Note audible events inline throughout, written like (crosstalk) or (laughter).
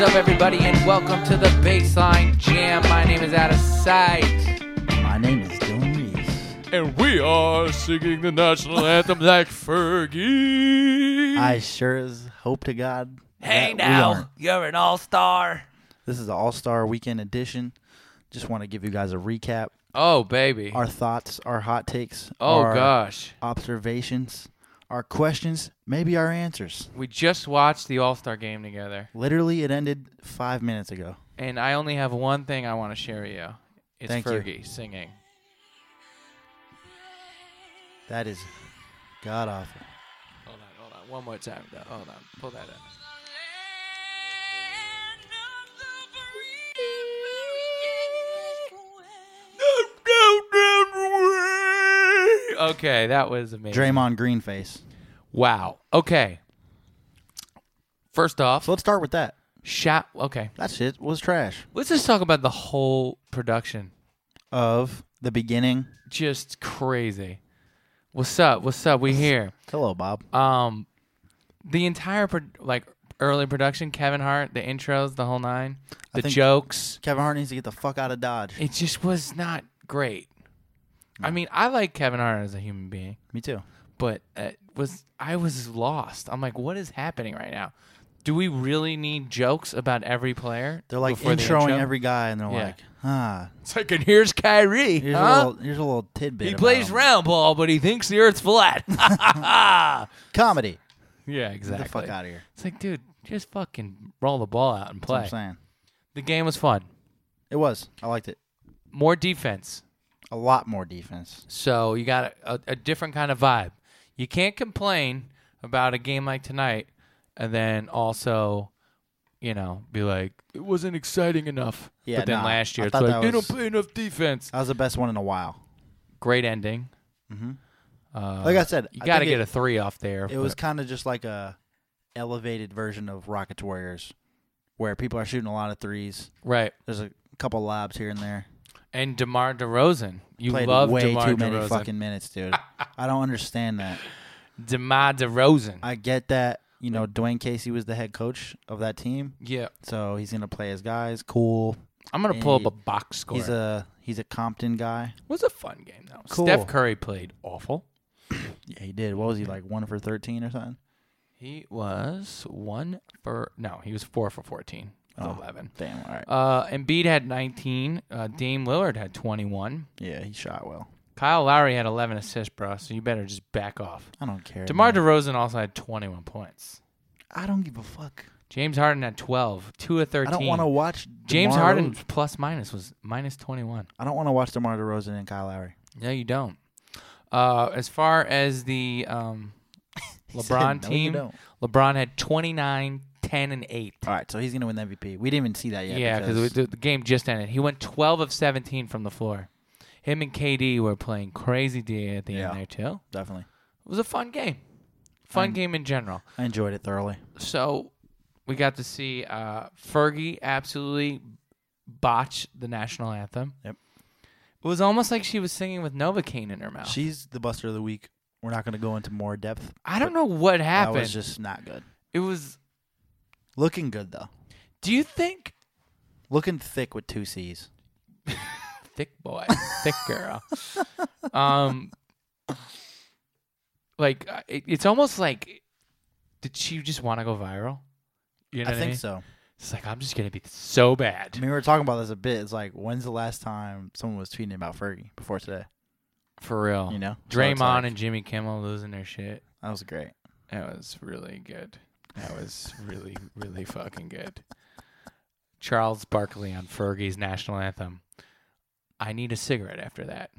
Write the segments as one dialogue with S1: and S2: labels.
S1: up, everybody, and welcome to the Baseline Jam. My name is Out of Sight.
S2: My name is Dylan Reese.
S1: And we are singing the national anthem like Fergie.
S2: I sure as hope to God.
S1: hey
S2: that we aren't.
S1: now, you're an all star.
S2: This is the All Star Weekend edition. Just want to give you guys a recap,
S1: Oh, baby.
S2: our thoughts, our hot takes,
S1: oh,
S2: our
S1: gosh.
S2: observations, our questions, maybe our answers.
S1: We just watched the All Star game together,
S2: Literally, it ended five minutes ago.
S1: and I only have one thing I want to share with you it's
S2: Thank you.
S1: Fergie singing.
S2: That is god awful.
S1: Hold on, hold on. One more time. though. Hold on. Pull that up. Okay, that was amazing.
S2: Draymond Green face.
S1: Wow. Okay. First off,
S2: So let's start with that.
S1: shout. Okay,
S2: That shit was trash.
S1: let's just talk about the whole production.
S2: Of the beginning.
S1: Just crazy. What's up? What's up? We here.
S2: Hello, Bob.
S1: Um, the entire pro- like early production, Kevin Hart, the intros, the whole nine,
S2: I
S1: the
S2: think-
S1: jokes.
S2: Kevin Hart needs to get the fuck out of Dodge.
S1: It just was not great. I mean, I like Kevin Hart as a human being,
S2: Me too.
S1: but uh, was I was lost. I'm like, what is happening right now? Do we really need jokes about every player?
S2: They're like
S1: before the
S2: introing
S1: intro?
S2: every guy, and they're
S1: Yeah.
S2: like, ah,
S1: It's like, and here's Kyrie.
S2: here's,
S1: huh?
S2: a little, here's a little tidbit.
S1: he
S2: about
S1: plays
S2: him.
S1: round ball, but he thinks the earth's
S2: (laughs)
S1: flat. (laughs)
S2: comedy.
S1: yeah,
S2: Get
S1: exactly.
S2: the fuck out of here.
S1: It's like, dude, just fucking roll the ball out and
S2: That's what I'm
S1: play.
S2: saying.
S1: The game was fun.
S2: It was. I liked it.
S1: More defense.
S2: A lot more defense.
S1: So you got a, a, a different kind of vibe. You can't complain about a game like tonight and then also, you know, be like, it wasn't exciting enough.
S2: Yeah,
S1: but then
S2: nah,
S1: last year,
S2: I
S1: it's
S2: thought
S1: like,
S2: that
S1: they don't
S2: was-
S1: play enough defense.
S2: That was the best one in a while.
S1: Great ending. Uh,
S2: Mm-hmm. Like I said,
S1: you
S2: I
S1: got to
S2: think
S1: get
S2: it-
S1: a three off there.
S2: It was kind of just like a elevated version of Rockets Warriors, where people are shooting a lot of threes.
S1: right.
S2: There's a couple lobs here and there.
S1: And DeMar DeRozan. You
S2: Played
S1: love
S2: way
S1: DeMar
S2: too
S1: DeRozan.
S2: many fucking minutes,
S1: (laughs)
S2: dude. I don't understand that.
S1: DeMar DeRozan.
S2: I get that. You know, Dwayne Casey was the head coach of that team,
S1: yeah.
S2: so he's gonna play his guys. Cool.
S1: I'm going to pull up
S2: And
S1: a box score.
S2: He's a he's a Compton guy.
S1: it was a fun game, though.
S2: Cool.
S1: Steph Curry played awful.
S2: Yeah, he did. What was he like? One for thirteen or something?
S1: He was one for no, he was four for fourteen with
S2: Oh.
S1: eleven.
S2: Damn. All right.
S1: Uh, Embiid had nineteen. Uh, Dame Lillard had twenty-one.
S2: Yeah, he shot well.
S1: Kyle Lowry had eleven assists, bro. So you better just back off.
S2: I don't care.
S1: DeMar
S2: man.
S1: DeRozan also had twenty-one points.
S2: I don't give a fuck.
S1: James Harden had twelve, two of
S2: I
S1: thirteen.
S2: don't want to watch
S1: James
S2: DeMar
S1: Harden
S2: Rose-
S1: plus minus was minus twenty-one.
S2: I don't want to watch DeMar DeRozan and Kyle Lowry. (laughs)
S1: No, you don't. Uh, as far as the um,
S2: (laughs) He said,
S1: LeBron
S2: "No, you
S1: team,
S2: don't."
S1: LeBron had 29, 10, and eight.
S2: All right, so he's gonna win MVP. We didn't even see that yet.
S1: Yeah, because the, the game just ended. He went 12 of 17 from the floor. Him and KD were playing crazy D at the
S2: Yeah.
S1: end there too.
S2: definitely,
S1: It was a fun game, fun
S2: I'm-
S1: game in general.
S2: I enjoyed it thoroughly.
S1: So we got to see uh, Fergie absolutely botch the national anthem.
S2: Yep.
S1: It was almost like she was singing with Novocaine in her mouth.
S2: She's the Buster of the week. We're not gonna go into more depth.
S1: I don't know what
S2: That
S1: happened.
S2: was just not good.
S1: it was.
S2: Looking good though.
S1: Do you think
S2: Looking thick with two C's.
S1: thick boy, thick girl. Um, like uh, it, it's almost like, did she just want to go viral? You know
S2: I
S1: what
S2: think
S1: mean?
S2: so.
S1: It's like I'm just gonna be so
S2: I
S1: bad.
S2: mean, we were talking about this a bit. It's like, when's the last time someone was tweeting about Fergie before today?
S1: For real,
S2: You know, So
S1: Oh. Draymond
S2: it's like-
S1: and Jimmy Kimmel losing their shit.
S2: that was great.
S1: That was really good. That was really, really fucking good. Charles Barkley on Fergie's national anthem. I need a cigarette after that.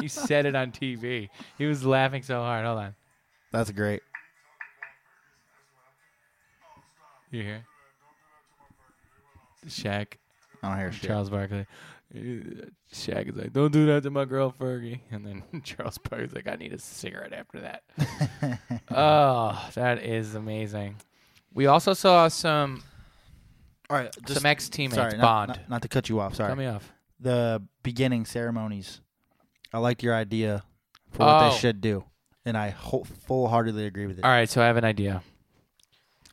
S1: he said it on TV. He was laughing so hard. Hold on.
S2: That's great.
S1: You hear? Shaq,
S2: I don't hear shit.
S1: Charles Barkley. Uh, Shaq is like, "Don't do that to my girl, Fergie." And then (laughs) Charles Barkley's like, "I need a cigarette after that." oh, that is amazing. We also saw some
S2: (laughs) All right, just
S1: some ex teammates
S2: sorry, not,
S1: bond.
S2: Not, not to cut you off. Sorry.
S1: Cut me off.
S2: the beginning ceremonies. I liked your idea for what
S1: Oh.
S2: they should do, and I whole, full-heartedly agree with it.
S1: All right, so I have an idea.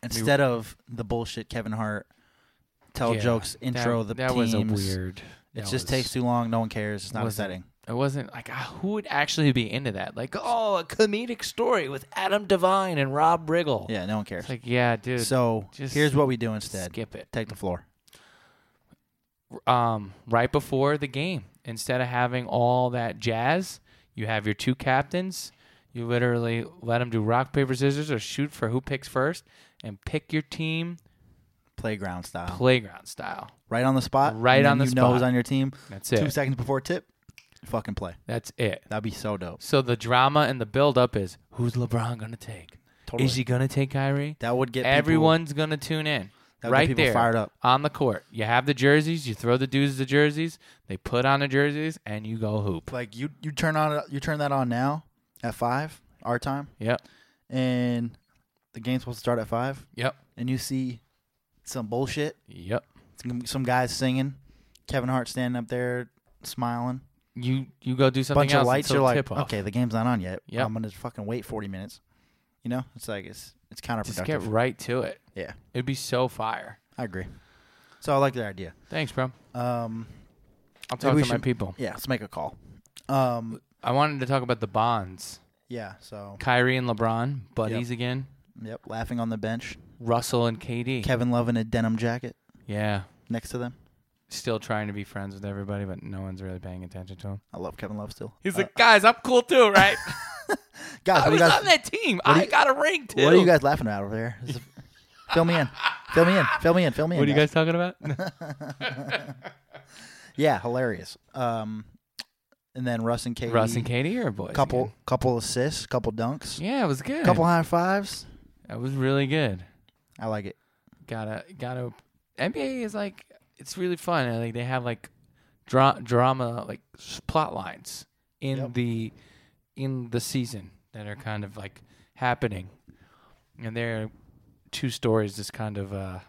S2: instead of the bullshit Kevin Hart tell
S1: Yeah,
S2: jokes intro
S1: that,
S2: the
S1: that was
S2: teams.
S1: a weird.
S2: It
S1: that was-
S2: just takes too long. No one cares. It's not
S1: wasn't-
S2: exciting.
S1: It wasn't like ah, who would actually be into that? Like, oh, a comedic story with Adam Devine and Rob Riggle.
S2: Yeah, no one cares.
S1: It's like, yeah, dude.
S2: so
S1: just
S2: here's what we do instead.
S1: skip it.
S2: Take the floor.
S1: um, right before the game. Instead of having all that jazz, you have your two captains. You literally let them do rock, paper, scissors, or shoot for who picks first, and pick your team
S2: Playground style.
S1: playground style.
S2: right on the spot.
S1: Right
S2: and then
S1: on the
S2: you know who's
S1: spot.
S2: on your team.
S1: That's
S2: Two
S1: it.
S2: seconds before tip, fucking play.
S1: That's it.
S2: That'd be so dope.
S1: So the drama and the build-up is who's LeBron gonna take? Is he gonna take Kyrie?
S2: that would get people-
S1: Everyone's gonna tune in.
S2: that would
S1: right
S2: get people
S1: there.
S2: fired up.
S1: on the court. You have the jerseys. You throw the dudes the jerseys. They put on the jerseys, and you go hoop.
S2: Like you, you turn on you turn that on now at five our time,
S1: Yep.
S2: and the game's supposed to start at five,
S1: Yep.
S2: and you see some bullshit.
S1: Yep.
S2: Some, some guys singing, Kevin Hart standing up there smiling,
S1: You you go do something
S2: bunch
S1: else
S2: of lights.
S1: until
S2: You're like,
S1: tip off.
S2: okay, the game's not on yet.
S1: Yep.
S2: I'm gonna fucking wait 40 minutes. You know, it's like it's it's
S1: Just
S2: counterproductive.
S1: get right to it.
S2: yeah,
S1: It'd be so fire.
S2: I agree. So I like that idea.
S1: Thanks, bro.
S2: Um,
S1: I'll talk
S2: we
S1: to my
S2: should-
S1: people.
S2: yeah, let's make a call. Um,
S1: I wanted to talk about the bonds.
S2: yeah. So
S1: Kyrie and LeBron, buddies again.
S2: yep, laughing on the bench.
S1: Russell and KD.
S2: Kevin Love in a denim jacket
S1: yeah.
S2: next to them.
S1: Still trying to be friends with everybody, but no one's really paying attention to him.
S2: I love Kevin Love still.
S1: He's
S2: Uh,
S1: like, guys, I'm cool (laughs) too, right? I
S2: guys, what, do
S1: was
S2: you guys
S1: on that team.
S2: do
S1: I
S2: you-
S1: got a ring too.
S2: what are you guys laughing about over there?
S1: (laughs)
S2: Is it- fill me in. Fill me in. Fill me in. Fill me in.
S1: What are you guys talking about?
S2: Yeah, hilarious. Um, and then Russ and Katie.
S1: Russ and Katie are boys.
S2: Couple,
S1: again.
S2: couple assists, couple dunks,
S1: Yeah, it was good.
S2: couple high fives.
S1: That was really good.
S2: I like it.
S1: gotta gotta NBA is like it's really fun. I think they have like dra- drama like s- plot lines in
S2: Yep.
S1: the in the season that are kind of like happening, and there are two stories just kind of uh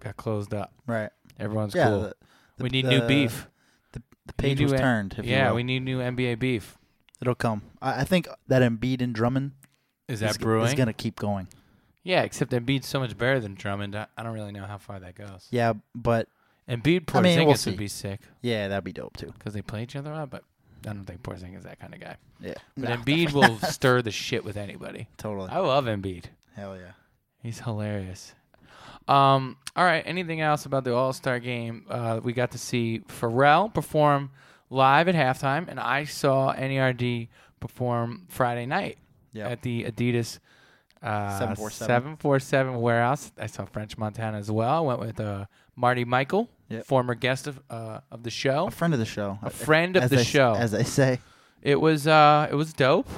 S1: got closed up.
S2: Right.
S1: Everyone's
S2: yeah.
S1: cool.
S2: the- the-
S1: we need
S2: the-
S1: new beef.
S2: The
S1: We need
S2: page was
S1: new a-
S2: turned. If
S1: Yeah,
S2: you will.
S1: we need new NBA beef.
S2: it'll come. I, I think that Embiid and Drummond
S1: Is that
S2: is,
S1: brewing?
S2: is gonna keep going.
S1: yeah, except Embiid's so much better than Drummond. I, I don't really know how far that goes.
S2: Yeah, but
S1: Embiid Porzingis
S2: I mean, we'll see.
S1: would be sick
S2: yeah, that'd be dope too.
S1: because they play each other a lot, but I don't think Porzingis is that kind of guy.
S2: Yeah,
S1: But
S2: No,
S1: Embiid will stir the shit with anybody.
S2: totally.
S1: I love Embiid.
S2: Hell yeah.
S1: He's hilarious. Um, all right. Anything else about the All Star game? Uh, we got to see Pharrell perform live at halftime, and I saw NERD perform Friday night
S2: Yeah.
S1: at the Adidas uh,
S2: 747.
S1: 747 warehouse. I saw French Montana as well. I went with uh, Marty Michael,
S2: Yep.
S1: former guest of uh, of the
S2: a
S1: show.
S2: friend of the show.
S1: A friend of
S2: as
S1: the
S2: they,
S1: show.
S2: as they say.
S1: It was uh it was dope.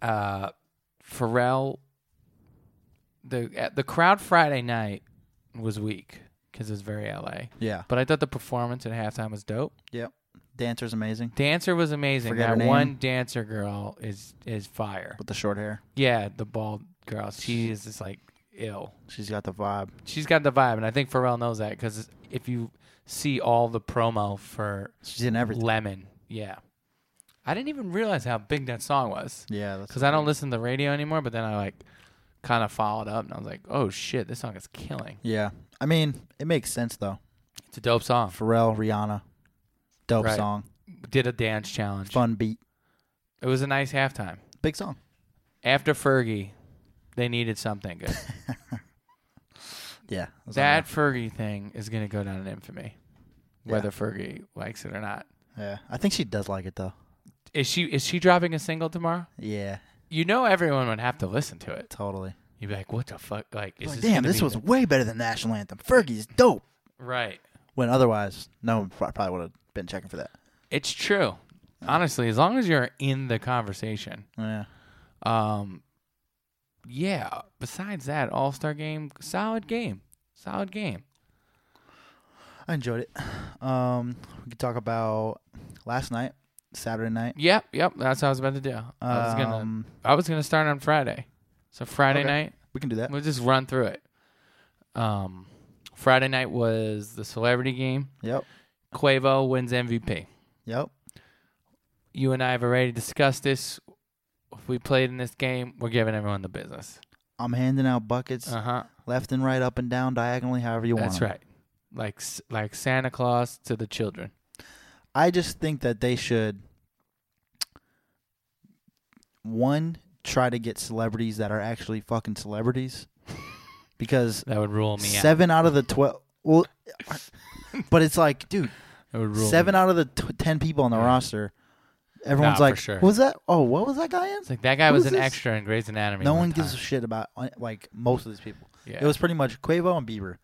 S1: Uh Pharrell the at- the crowd Friday night was weak cuz it was very LA.
S2: Yeah.
S1: But I thought the performance at halftime was dope.
S2: Yep. Dancer's amazing
S1: Dancer was amazing.
S2: Forget her
S1: that
S2: name.
S1: one dancer girl is is fire.
S2: with the short hair.
S1: Yeah, the bald girl. She is just like ill.
S2: She's got the vibe.
S1: She's got the vibe and I think Pharrell knows that cuz if you see all the promo for
S2: She's in everything.
S1: Lemon, yeah. I didn't even realize how big that song was.
S2: Yeah, that's
S1: because I don't listen to the radio anymore. But then I like kind of followed up, and I was like, "Oh shit, this song is killing!
S2: Yeah, I mean, it makes sense though.
S1: It's a dope song."
S2: Pharrell, Rihanna, dope
S1: Right.
S2: song,
S1: Did a dance challenge.
S2: fun beat,
S1: It was a nice halftime.
S2: big song.
S1: After Fergie, they needed something
S2: (laughs)
S1: good.
S2: Yeah, it was on
S1: that Fergie thing is gonna go down in infamy, whether Fergie likes it or not.
S2: there. Yeah, I think she does like it though.
S1: Is she is she dropping a single tomorrow?
S2: Yeah,
S1: You know everyone would have to listen to it.
S2: totally.
S1: You'd be like, "What the fuck? Like, is
S2: Like,
S1: this
S2: damn,
S1: gonna
S2: this
S1: be
S2: was
S1: the-"
S2: way better than national anthem. Fergie's dope.
S1: right."
S2: When otherwise, no one pro- probably would have been checking for that.
S1: It's true. Honestly, as long as you're in the conversation,
S2: Yeah,
S1: Um, yeah. Besides that, All Star game, solid game, solid game.
S2: I enjoyed it. Um, we could talk about last night, Saturday night.
S1: Yep, yep. That's what I was about to do. I was gonna,
S2: Um,
S1: I was gonna start on Friday. So Friday
S2: Okay.
S1: night,
S2: we can do that.
S1: we'll just run through it. Um, Friday night was the celebrity game.
S2: Yep,
S1: Quavo wins MVP.
S2: yep.
S1: You and I have already discussed this. If we played in this game, we're giving everyone the business.
S2: I'm handing out buckets
S1: Uh huh.
S2: left and right, up and down, diagonally, however you want.
S1: That's
S2: 'em.
S1: right. Like s- like Santa Claus to the children.
S2: I just think that they should one try to get celebrities that are actually
S1: (laughs)
S2: fucking celebrities because
S1: That would rule me out.
S2: seven out of the twelve.
S1: (laughs)
S2: Well, but it's like, dude,
S1: That would rule
S2: seven
S1: Me.
S2: out of the t- ten people on the
S1: Yeah.
S2: roster, everyone's
S1: Nah, for
S2: like,
S1: sure.
S2: "Was that? Oh, what was that guy in?"
S1: It's like that guy
S2: Who
S1: was
S2: is
S1: an
S2: this?
S1: extra in Grey's Anatomy.
S2: No
S1: one
S2: one gives a
S1: time.
S2: shit about uh, like most of these people.
S1: Yeah.
S2: It was pretty much Quavo and Bieber,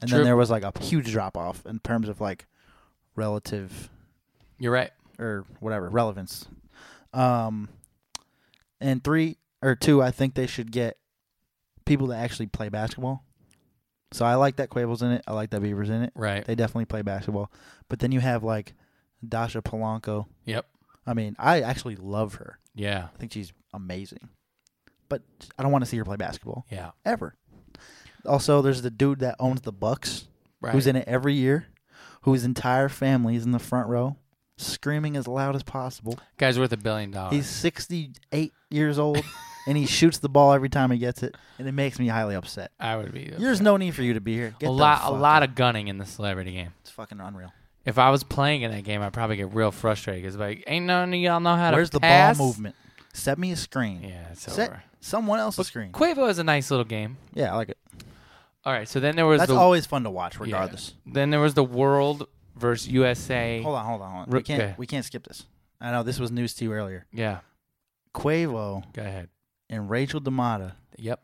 S2: and
S1: True.
S2: then there was like a huge drop off in terms of like relative
S1: You're right.
S2: or whatever relevance. Um, and three or two, I think they should get people that actually play basketball. So I like that Quavo's in it. I like that Bieber's in it.
S1: Right.
S2: They definitely play basketball. But then you have like Dasha Polanco.
S1: Yep.
S2: I mean, I actually love her.
S1: Yeah.
S2: I think she's amazing. But I don't want to see her play basketball
S1: Yeah.
S2: ever. Also, there's the dude that owns the Bucks
S1: Right.
S2: who's in it every year, whose entire family is in the front row, screaming as loud as possible.
S1: Guy's worth a billion dollars.
S2: He's 68 years old,
S1: (laughs)
S2: and he shoots the ball every time he gets it, and it makes me highly upset.
S1: I would be.
S2: There's no need for you to be here. Get
S1: a
S2: the
S1: lot, a
S2: fuck
S1: lot
S2: out.
S1: of gunning in the celebrity game.
S2: It's fucking unreal.
S1: If I was playing in that game, I'd probably get real frustrated because like, ain't none of y'all know how
S2: Where's
S1: to
S2: the
S1: pass.
S2: ball movement? Set me a screen.
S1: Yeah, it's
S2: Set
S1: over.
S2: someone else a screen.
S1: Quavo is a nice little game.
S2: Yeah, I like it.
S1: All right, so then there was
S2: That's
S1: the
S2: always fun to watch,
S1: yeah.
S2: regardless.
S1: Then there was the world versus USA.
S2: Hold on, hold on, hold on.
S1: Ru-
S2: We can't,
S1: okay.
S2: we can't skip this. I know this was news to you earlier.
S1: Yeah,
S2: Quavo
S1: go ahead.
S2: and Rachel D'Amata
S1: Yep,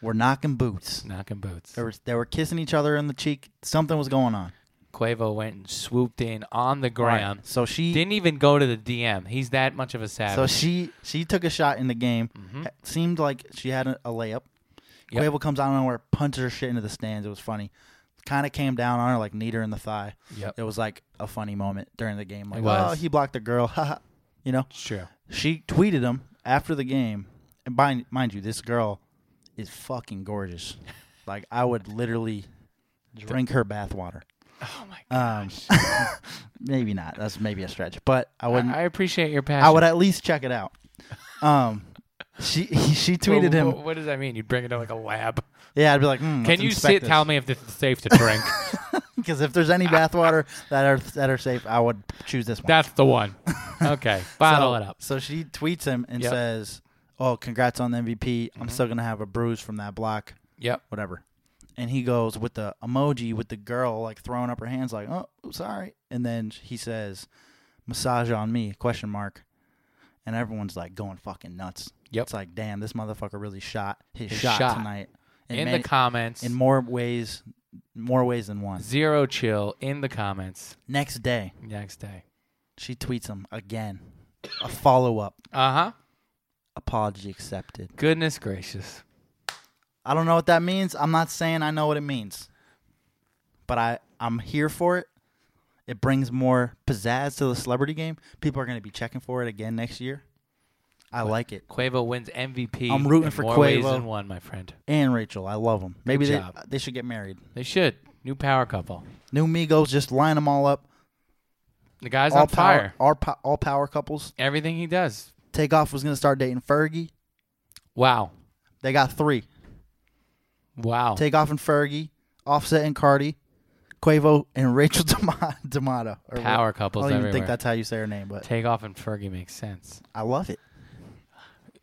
S2: were knocking boots.
S1: knocking boots.
S2: They were, they were kissing each other in the cheek. Something was going on.
S1: Quavo went and swooped in on the gram.
S2: Right. So she
S1: Didn't even go to the DM. He's that much of a
S2: So
S1: savage.
S2: she she took a shot in the game.
S1: Mhm.
S2: It Seemed like she had a, a layup.
S1: Yep.
S2: Quavo comes out on her, punches her shit into the stands. It was funny. Kind of came down on her, like kneed her in the thigh.
S1: yep,
S2: It was like a funny moment during the game. Like,
S1: It was.
S2: oh, he blocked the girl. (laughs) haha." you know,
S1: sure.
S2: she tweeted him after the game. And mind, mind you, this girl is fucking gorgeous.
S1: (laughs)
S2: Like, I would literally drink her bathwater.
S1: Oh my
S2: Um,
S1: gosh.
S2: (laughs) maybe not. That's maybe a stretch, but I wouldn't.
S1: I, I appreciate your passion.
S2: I would at least check it out. Um, she (laughs) she
S1: Well,
S2: tweeted him.
S1: What, what does that mean? You'd bring it to like a
S2: (laughs)
S1: lab.
S2: Yeah, I'd be like, hmm,
S1: Can you sit? Tell
S2: (laughs)
S1: me if this is safe to drink.
S2: Because
S1: (laughs)
S2: if there's any bathwater that are that are safe, I would choose this one.
S1: That's the
S2: (laughs)
S1: one. Okay, bottle
S2: so,
S1: it up.
S2: So she tweets him and
S1: Yep. Mm-hmm.
S2: says, "Oh, congrats on the MVP. I'm still gonna have a bruise from that block,
S1: Yep.
S2: whatever." And he goes with the emoji with the girl like throwing up her hands, like, "Oh, sorry." And then he says, "Massage on me?" Question mark. And everyone's like going fucking nuts.
S1: Yep.
S2: It's like, damn, this motherfucker really shot his,
S1: His
S2: shot,
S1: shot.
S2: tonight. And
S1: In
S2: man-
S1: the comments,
S2: in more ways more ways than one.
S1: zero chill. In the comments,
S2: Next day,
S1: next day.
S2: she tweets him again. A follow up.
S1: Uh huh.
S2: Apology accepted.
S1: Goodness gracious.
S2: I don't know what that means. I'm not saying I know what it means. But I, I'm here for it. It brings more pizzazz to the celebrity game. People are gonna be checking for it again next year. I like it.
S1: Quavo wins MVP.
S2: I'm rooting
S1: in
S2: for
S1: more ways
S2: Quavo.
S1: than one, my friend.
S2: And Rachel, I love them. Maybe they,
S1: job.
S2: they should get married.
S1: They should. New power couple.
S2: New Migos, just line them all up.
S1: The guy's
S2: all
S1: on fire.
S2: power, all, po- all power couples.
S1: Everything he does.
S2: Takeoff was gonna start dating Fergie.
S1: Wow.
S2: They got three.
S1: Wow.
S2: Takeoff and Fergie, Offset and Cardi, Quavo and (laughs) Rachel D'Ama- D'Amato. Or what-
S1: power
S2: I
S1: couples
S2: don't even
S1: everywhere.
S2: think that's how you say her name, but
S1: Take off and Fergie makes sense.
S2: I love it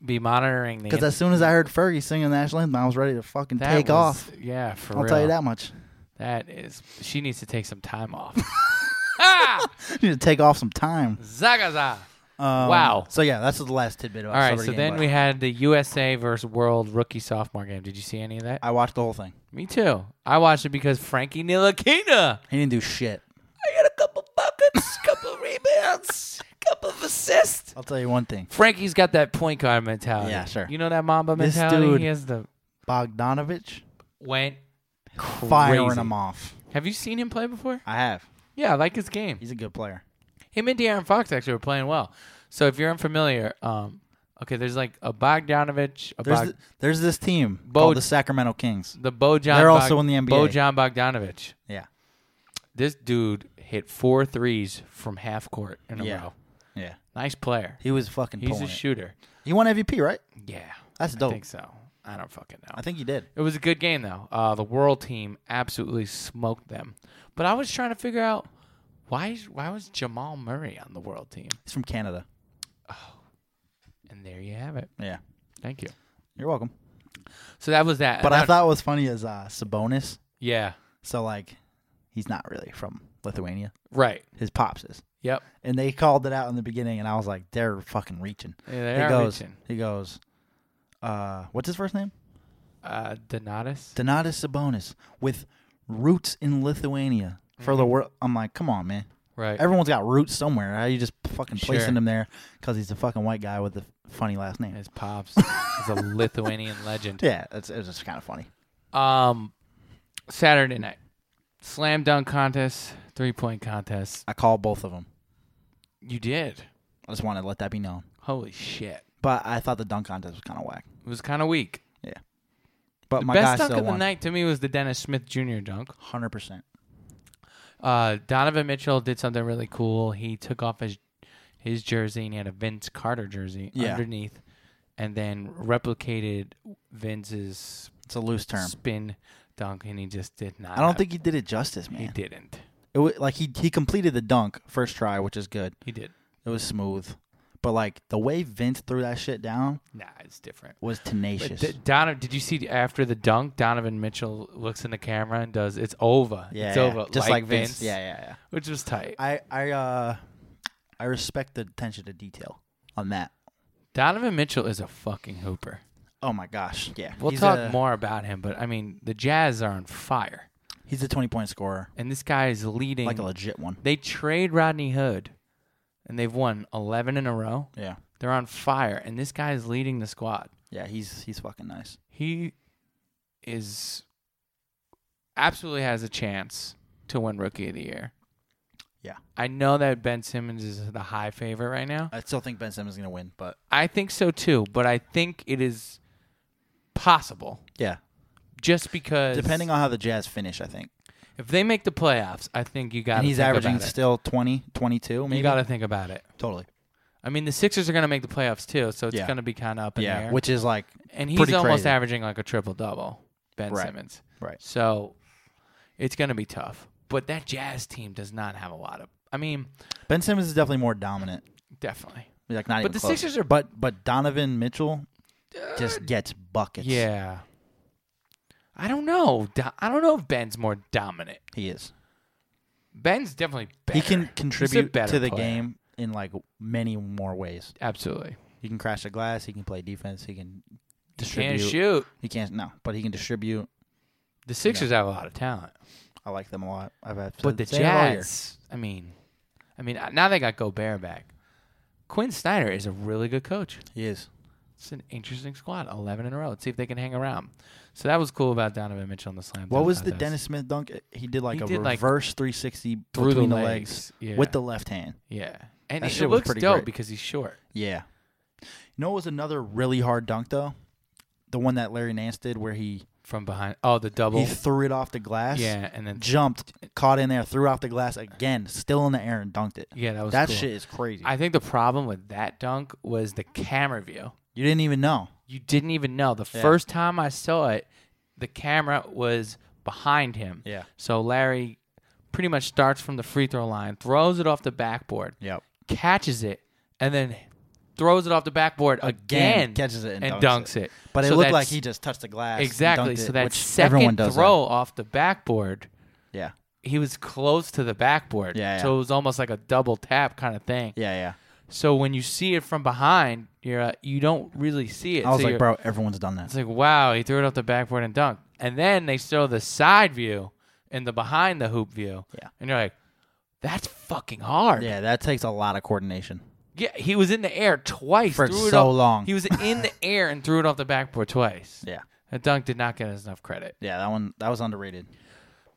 S1: Be monitoring the
S2: because as soon as I heard Fergie singing the national anthem, I was ready to fucking
S1: That
S2: take
S1: was-
S2: off.
S1: Yeah, for
S2: I'll
S1: real.
S2: tell you that much. (laughs)
S1: That is, she needs to take some time off. (laughs) Ah!
S2: You need to take off some time.
S1: Zagaza.
S2: Um,
S1: Wow.
S2: So yeah, that's the last tidbit. About
S1: All right,
S2: Celebrity
S1: so
S2: Game
S1: then
S2: Live.
S1: we had the USA versus World rookie sophomore game. Did you see any of that?
S2: I watched the whole thing.
S1: Me too. I watched it because Frankie Nilakina.
S2: He didn't do shit.
S1: I got a couple
S2: (laughs)
S1: buckets, couple rebounds, couple assists.
S2: I'll tell you one thing.
S1: Frankie's got that point guard mentality.
S2: Yeah, sure.
S1: You know that Mamba
S2: This
S1: mentality.
S2: dude-
S1: he has the
S2: Bogdanovich
S1: went.
S2: firing
S1: Crazy.
S2: him off.
S1: Have you seen him play before?
S2: I have.
S1: Yeah, I like his game.
S2: He's a good player.
S1: Him and De'Aaron Fox actually were playing well. So if you're unfamiliar, um, okay, there's like a Bogdanovich, a
S2: There's
S1: Bog-
S2: th- there's this team
S1: Bo-
S2: called the Sacramento Kings.
S1: the Bojan.
S2: They're
S1: Bog-
S2: also in the NBA.
S1: Bojan Bogdanovich.
S2: Yeah.
S1: This dude hit four threes from half court in a
S2: Yeah.
S1: row.
S2: Yeah.
S1: Nice player.
S2: He was fucking
S1: He's
S2: pulling
S1: a
S2: it.
S1: shooter.
S2: He won MVP, right?
S1: Yeah.
S2: That's
S1: I
S2: dope.
S1: think so. I don't fucking know.
S2: I think you did.
S1: It was a good game though. Uh, the world team absolutely smoked them. But I was trying to figure out why is- why was Jamal Murray on the world team?
S2: It's from Canada.
S1: And there you have it.
S2: Yeah.
S1: Thank you.
S2: You're welcome.
S1: So that was that.
S2: But
S1: And
S2: I
S1: that-
S2: thought what was funny is uh, Sabonis.
S1: yeah,
S2: So like, he's not really from Lithuania.
S1: right.
S2: His pops is,
S1: Yep.
S2: and they called it out in the beginning, and I was like, they're fucking reaching.
S1: Yeah, they
S2: he
S1: are
S2: goes.
S1: reaching.
S2: He goes. Uh, what's his first name?
S1: Uh, Donatus.
S2: Donatas Sabonis with roots in Lithuania for
S1: Mm-hmm.
S2: the world. I'm like, come on, man.
S1: Right.
S2: Everyone's got roots somewhere. How you just fucking
S1: Sure.
S2: placing him there because he's a fucking white guy with a funny last name?
S1: His pops is a Lithuanian legend.
S2: (laughs) Yeah, it's it's just kind of funny.
S1: Um, Saturday night, slam dunk contest, three point contest.
S2: I call both of them.
S1: You did.
S2: I just wanted to let that be known.
S1: Holy shit!
S2: But I thought the dunk contest was kind of whack.
S1: It was kind of weak.
S2: But
S1: The
S2: Oh my guy
S1: best dunk
S2: still
S1: of the
S2: won.
S1: night to me was the Dennis Smith Jr. dunk.
S2: Hundred percent.
S1: Uh, Donovan Mitchell did something really cool. He took off his his jersey and he had a Vince Carter jersey
S2: Yeah.
S1: underneath, and then replicated Vince's
S2: It's a loose term.
S1: spin dunk, and he just did not.
S2: I don't think he did it justice,
S1: he
S2: man.
S1: didn't.
S2: It was, like he he completed the dunk first try, which is good.
S1: He did.
S2: It was smooth. But like the way Vince threw that shit down
S1: Nah, it's different.
S2: was
S1: But
S2: tenacious.
S1: D- Donovan, did you see after the dunk, Donovan Mitchell looks in the camera and does "It's over,
S2: yeah,
S1: it's
S2: yeah.
S1: over,"
S2: just like, Vince.
S1: Vince,
S2: Yeah, yeah, yeah.
S1: which was tight.
S2: I I uh I respect the attention to detail on that.
S1: Donovan Mitchell is a fucking hooper.
S2: Oh my gosh, yeah.
S1: We'll
S2: he's
S1: talk
S2: a,
S1: more about him, but I mean, the Jazz are on fire,
S2: He's a twenty point scorer,
S1: and this guy is leading.
S2: like a legit one.
S1: they trade Rodney Hood, and they've won eleven in a row.
S2: Yeah,
S1: They're on fire, and this guy is leading the squad.
S2: yeah. He's he's fucking nice.
S1: He is absolutely has a chance to win Rookie of the Year.
S2: Yeah.
S1: I know that Ben Simmons is the high favorite right now.
S2: I still think Ben Simmons is gonna win, but
S1: I think so too, but I think it is possible
S2: yeah,
S1: just because
S2: depending on how the Jazz finish, I think.
S1: if they make the playoffs, I think you got
S2: And
S1: to
S2: he's
S1: think
S2: averaging
S1: about it.
S2: still 20, 22, maybe.
S1: You got to think about it.
S2: totally.
S1: I mean, the Sixers are going to make the playoffs too, so it's
S2: Yeah.
S1: going to be kind of up in the
S2: Yeah,
S1: air.
S2: which is like
S1: and he's
S2: pretty
S1: almost
S2: crazy.
S1: averaging like a triple double, Ben
S2: Right.
S1: Simmons.
S2: Right.
S1: So it's going to be tough. But that Jazz team does not have a lot of. I mean,
S2: Ben Simmons is definitely more dominant.
S1: definitely.
S2: Like not
S1: But
S2: even
S1: the
S2: close.
S1: Sixers are-
S2: but but Donovan Mitchell just gets buckets.
S1: Yeah. I don't know. Do- I don't know if Ben's more dominant.
S2: he is.
S1: Ben's definitely better.
S2: He can
S1: He's a
S2: contribute
S1: better
S2: to the
S1: player.
S2: game in like many more ways.
S1: Absolutely.
S2: He can crash the glass. He can play defense. He can distribute.
S1: Can't shoot.
S2: He can't. No, but he can distribute.
S1: The Sixers have a lot of talent,
S2: I like them a lot. I've had
S1: but the
S2: said it all year.
S1: Jazz. I mean, I mean, uh, now they got Gobert back. Quinn Snyder is a really good coach.
S2: He is.
S1: It's an interesting squad. Eleven in a row. Let's see if they can hang around. So that was cool about Donovan Mitchell and the slam.
S2: What
S1: dunk
S2: was the
S1: contest.
S2: Dennis Smith dunk? He did like
S1: He
S2: a
S1: did, like,
S2: reverse 360
S1: through
S2: between
S1: the
S2: the legs,
S1: legs? Yeah.
S2: with the left hand.
S1: yeah, and
S2: That
S1: it
S2: shit was
S1: looks
S2: pretty
S1: dope
S2: great.
S1: because he's short.
S2: Yeah. You know, what was another really hard dunk though. The one that Larry Nance did, where he
S1: from behind. Oh, the double.
S2: he threw it off the glass.
S1: yeah, and then
S2: Jumped, caught in there, threw it off the glass again, still in the air and dunked it.
S1: yeah, that was
S2: that
S1: cool.
S2: shit is crazy.
S1: I think the problem with that dunk was the camera view.
S2: you didn't even know.
S1: You didn't even know. The
S2: Yeah.
S1: first time I saw it, the camera was behind him.
S2: Yeah.
S1: So Larry pretty much starts from the free throw line, throws it off the backboard,
S2: Yep.
S1: catches it, and then throws it off the backboard again,
S2: catches it and,
S1: and
S2: dunks, it. But it
S1: So
S2: looked
S1: that's-
S2: like he just touched the glass. and
S1: exactly.
S2: dunked
S1: so
S2: it,
S1: that
S2: which everyone
S1: second
S2: does
S1: throw off the backboard,
S2: That. Yeah.
S1: he was close to the backboard.
S2: Yeah,
S1: So
S2: yeah.
S1: it was almost like a double tap kind of thing.
S2: Yeah, yeah.
S1: So when you see it from behind, you're uh, you don't really see it.
S2: I was
S1: So
S2: like,
S1: you're-
S2: bro, everyone's done that.
S1: It's like, wow, he threw it off the backboard and dunked. And then they show the side view and the behind the hoop view.
S2: Yeah.
S1: And you're like, that's fucking hard.
S2: Yeah, that takes a lot of coordination.
S1: Yeah, he was in the air twice.
S2: For
S1: threw it
S2: so
S1: off-
S2: long.
S1: He was in
S2: (laughs)
S1: the air and threw it off the backboard twice.
S2: Yeah.
S1: That dunk did not get us enough credit.
S2: Yeah, that one that was underrated.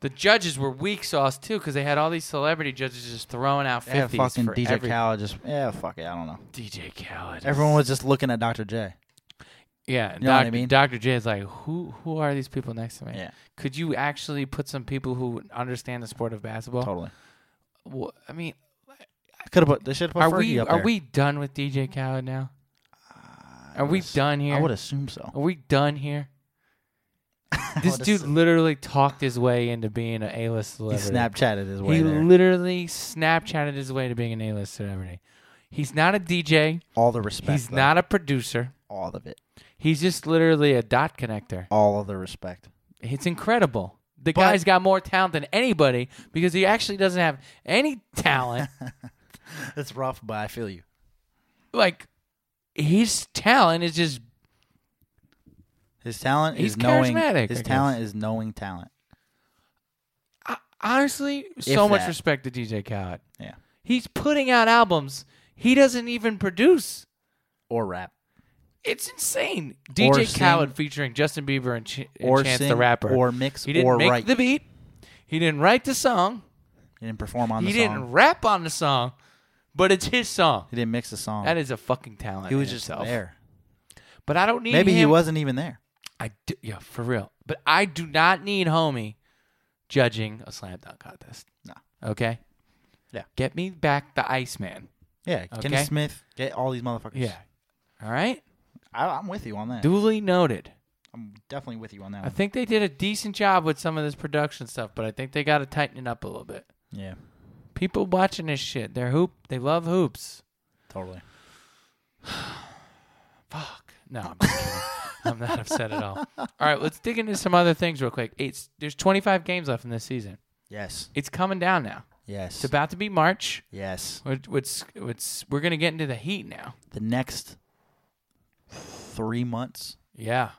S1: The judges were weak sauce too because they had all these celebrity judges just throwing out
S2: Yeah,
S1: 50s
S2: fucking
S1: for
S2: DJ
S1: every-
S2: Khaled just yeah, fuck it, I don't know.
S1: DJ Khaled.
S2: Everyone was just looking at Dr. J.
S1: Yeah, and
S2: You know what I
S1: Doc-
S2: mean?
S1: Dr. J is like, who who are these people next to me?
S2: Yeah.
S1: Could you actually put some people who understand the sport of basketball?
S2: Totally.
S1: Wha- I mean,
S2: Could have put they should have put
S1: are
S2: Fergie
S1: we
S2: up
S1: are
S2: there.
S1: we done with DJ Khaled now? Are we
S2: ass-
S1: done here?
S2: Uh, I would assume so.
S1: Are we done
S2: (laughs)
S1: here?
S2: I
S1: This
S2: would
S1: dude
S2: assume-
S1: literally talked his way into being an A-list
S2: he
S1: celebrity.
S2: Snapchatted his way
S1: He
S2: there.
S1: literally Snapchatted his way to being an A-list celebrity. He's not a DJ.
S2: all the respect.
S1: He's
S2: though.
S1: not a producer.
S2: all of it.
S1: He's just literally a dot connector.
S2: All of the respect. (laughs)
S1: It's incredible. The
S2: But-
S1: guy's got more talent than anybody because he actually doesn't have any
S2: (laughs)
S1: talent.
S2: It's rough, but I feel you.
S1: like his talent is just
S2: His talent
S1: He's
S2: is knowing.
S1: charismatic, I
S2: His
S1: guess.
S2: talent is knowing talent.
S1: I, honestly so much
S2: that.
S1: respect to DJ Khaled.
S2: Yeah.
S1: He's putting out albums he doesn't even produce.
S2: Or rap.
S1: It's insane.
S2: Or
S1: DJ
S2: sing.
S1: Khaled featuring Justin Bieber and, Ch- and
S2: Or
S1: Chance
S2: sing,
S1: the Rapper.
S2: Or mix.
S1: he didn't
S2: or
S1: make
S2: write.
S1: the beat. He didn't write the song.
S2: he didn't perform on
S1: he
S2: the song.
S1: didn't rap on the song, but it's his song.
S2: he didn't mix the song.
S1: That is a fucking talent.
S2: he was
S1: in
S2: just
S1: itself.
S2: there.
S1: But I don't need
S2: Maybe he
S1: him-
S2: wasn't even there.
S1: I do, yeah, for real. But I do not need homie judging a slam dunk contest.
S2: No.
S1: Okay.
S2: Yeah.
S1: Get me back the Iceman.
S2: Yeah. Kenny
S1: Okay.
S2: Smith. Get all these motherfuckers.
S1: All right.
S2: I, I'm with you on that.
S1: Duly noted.
S2: I'm definitely with you on that.
S1: I
S2: One.
S1: think they did a decent job with some of this production stuff, but I think they got to tighten it up a little bit.
S2: Yeah.
S1: People watching this shit, they're hoop, they love hoops.
S2: Totally.
S1: Fuck. No, I'm, just kidding. I'm not upset at all. All right, let's dig into some other things real quick. It's there's 25 games left in this season.
S2: Yes.
S1: It's coming down now.
S2: Yes.
S1: It's about to be March.
S2: yes.
S1: Which, which, which we're gonna get into the heat now.
S2: The next three months
S1: Yeah,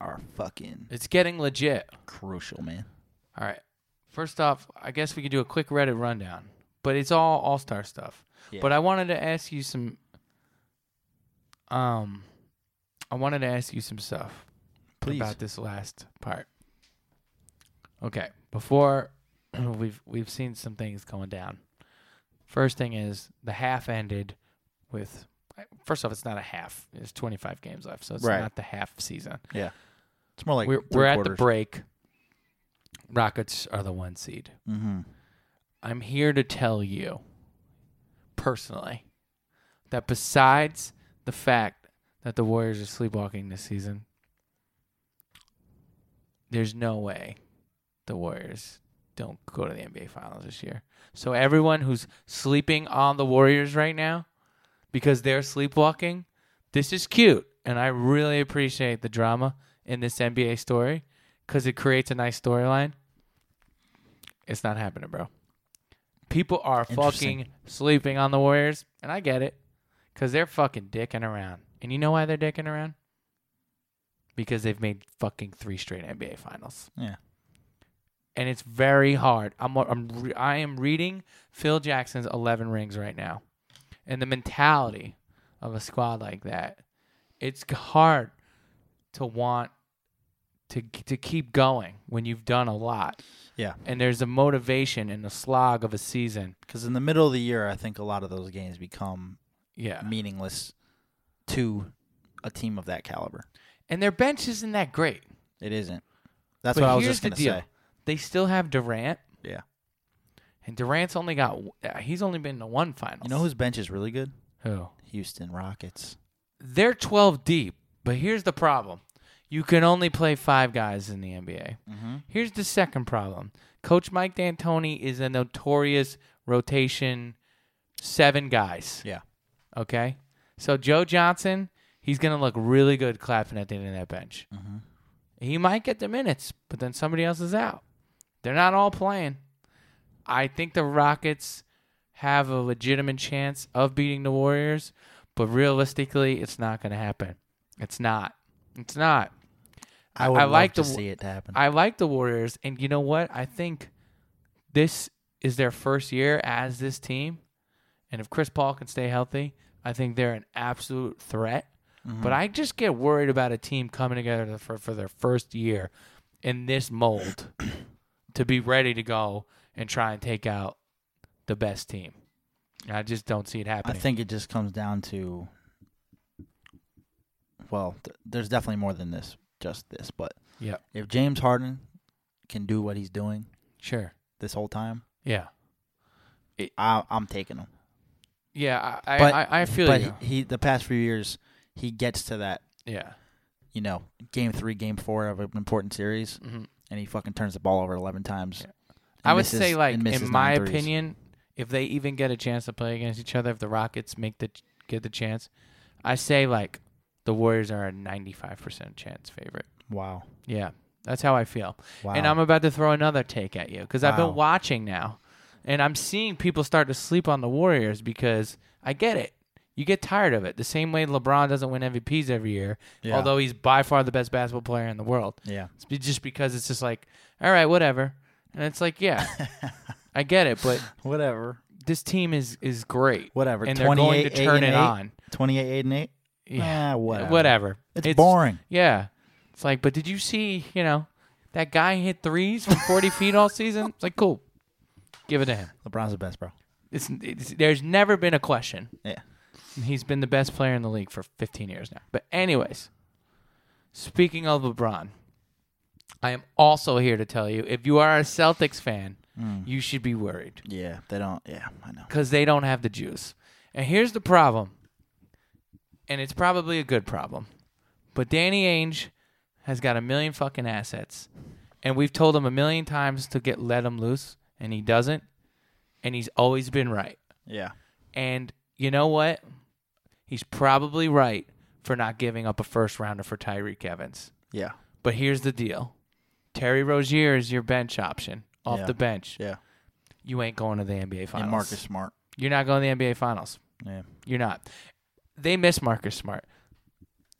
S2: are fucking
S1: it's getting legit.
S2: crucial, man.
S1: All right. First off, I guess we could do a quick Reddit rundown, but it's all All Star stuff.
S2: Yeah.
S1: But I wanted to ask you some. Um, I wanted to ask you some stuff
S2: Please.
S1: about this last part. Okay, before (clears throat) we've we've seen some things going down. First thing is the half ended with. First off, it's not a half. It's 25 games left, so it's
S2: Right.
S1: not the half season.
S2: It's more like
S1: we're we're at the break. Rockets are the one seed.
S2: Mm-hmm.
S1: I'm here to tell you personally that besides the fact that the Warriors are sleepwalking this season, there's no way the Warriors don't go to the NBA Finals this year. So, everyone who's sleeping on the Warriors right now because they're sleepwalking, this is cute. And I really appreciate the drama in this NBA story because it creates a nice storyline. It's not happening, bro. People are
S2: Interesting.
S1: fucking sleeping on the Warriors, and I get it because they're fucking dicking around. And you know why they're dicking around? Because they've made fucking three straight NBA finals.
S2: Yeah.
S1: And it's very hard. I'm I'm re- I am reading Phil Jackson's 11 rings right now. And the mentality of a squad like that, it's hard to want to to keep going when you've done a lot.
S2: Yeah.
S1: And there's a motivation and a slog of a season.
S2: Because in the middle of the year, I think a lot of those games become
S1: Yeah.
S2: meaningless to a team of that caliber.
S1: And their bench isn't that great.
S2: It isn't. That's
S1: But
S2: what I was
S1: here's
S2: just
S1: the
S2: gonna
S1: deal.
S2: say.
S1: They still have Durant.
S2: Yeah.
S1: And Durant's only got uh, he's only been to one finals.
S2: You know whose bench is really good?
S1: who?
S2: Houston Rockets.
S1: They're 12 deep, but here's the problem. You can only play 5 guys in the NBA.
S2: Mm-hmm.
S1: Here's the second problem. Coach Mike D'Antoni is a notorious rotation 7 guys,
S2: Yeah.
S1: okay? So Joe Johnson, he's going to look really good clapping at the end of that bench.
S2: Mm-hmm.
S1: He might get the minutes, but then somebody else is out. They're not all playing. I think the Rockets have a legitimate chance of beating the Warriors, but realistically, it's not going to happen. It's not. It's not.
S2: I would
S1: I
S2: love
S1: like
S2: to
S1: the-
S2: see it happen.
S1: I like the Warriors, and you know what? I think this is their first year as this team, and if Chris Paul can stay healthy, I think they're an absolute threat.
S2: Mm-hmm.
S1: But I just get worried about a team coming together for, for their first year in this mold (clears throat) to be ready to go and try and take out the best team. And I just don't see it
S2: I
S1: happening.
S2: think it just comes down to. Well, th- there's definitely more than this, just this. But
S1: Yeah.
S2: if James Harden can do what he's doing
S1: sure.
S2: this whole time,
S1: Yeah.
S2: I, I'm taking him.
S1: Yeah. I,
S2: But-
S1: I, I feel
S2: but
S1: you.
S2: he, he the past few years he gets to that,
S1: Yeah.
S2: you know, game three, game four of an important series,
S1: Mhm.
S2: and he fucking turns the ball over 11 times.
S1: Yeah.
S2: and
S1: I would
S2: misses-
S1: say, like,
S2: and misses
S1: in my
S2: nine threes.
S1: opinion, if they even get a chance to play against each other, if the Rockets make the get the chance, I say like the Warriors are a ninety-five percent chance favorite.
S2: Wow.
S1: Yeah, that's how I feel.
S2: Wow.
S1: And I'm about to throw another take at you because I've
S2: Wow.
S1: been watching now, and I'm seeing people start to sleep on the Warriors because I get it. You get tired of it. The same way LeBron doesn't win MVPs every year,
S2: Yeah.
S1: although he's by far the best basketball player in the world.
S2: yeah.
S1: It's be- just because it's just like, all right, whatever. And it's like,
S2: (laughs)
S1: yeah, I get it, but
S2: Whatever.
S1: this team is is great,
S2: Whatever.
S1: and they're going to
S2: 28, eight,
S1: turn
S2: and
S1: it
S2: eight?
S1: on.
S2: 28, 8, and 8.
S1: Yeah,
S2: Ah, whatever.
S1: whatever.
S2: It's, boring.
S1: Yeah, it's like, but did you see? You know, that guy hit threes from forty feet all season. It's like, cool, give it to him.
S2: LeBron's the best, bro.
S1: It's, it's there's never been a question.
S2: Yeah.
S1: He's been the best player in the league for 15 years now. But anyways, speaking of LeBron, I am also here to tell you if you are a Celtics fan,
S2: Mm.
S1: you should be worried
S2: Yeah. They don't. Yeah. I know.
S1: cuz they don't have the juice. And here's the problem. And it's probably a good problem. But Danny Ainge has got a million fucking assets. And we've told him a million times to get let him loose and he doesn't. And he's always been right.
S2: Yeah.
S1: And you know what? He's probably right for not giving up a first rounder for Tyreek Evans.
S2: Yeah.
S1: But here's the deal Terry Rozier is your bench option off
S2: Yeah.
S1: the bench.
S2: Yeah.
S1: You ain't going to the NBA Finals.
S2: And Marcus Smart.
S1: You're not going to the NBA Finals.
S2: Yeah.
S1: You're not. They miss Marcus Smart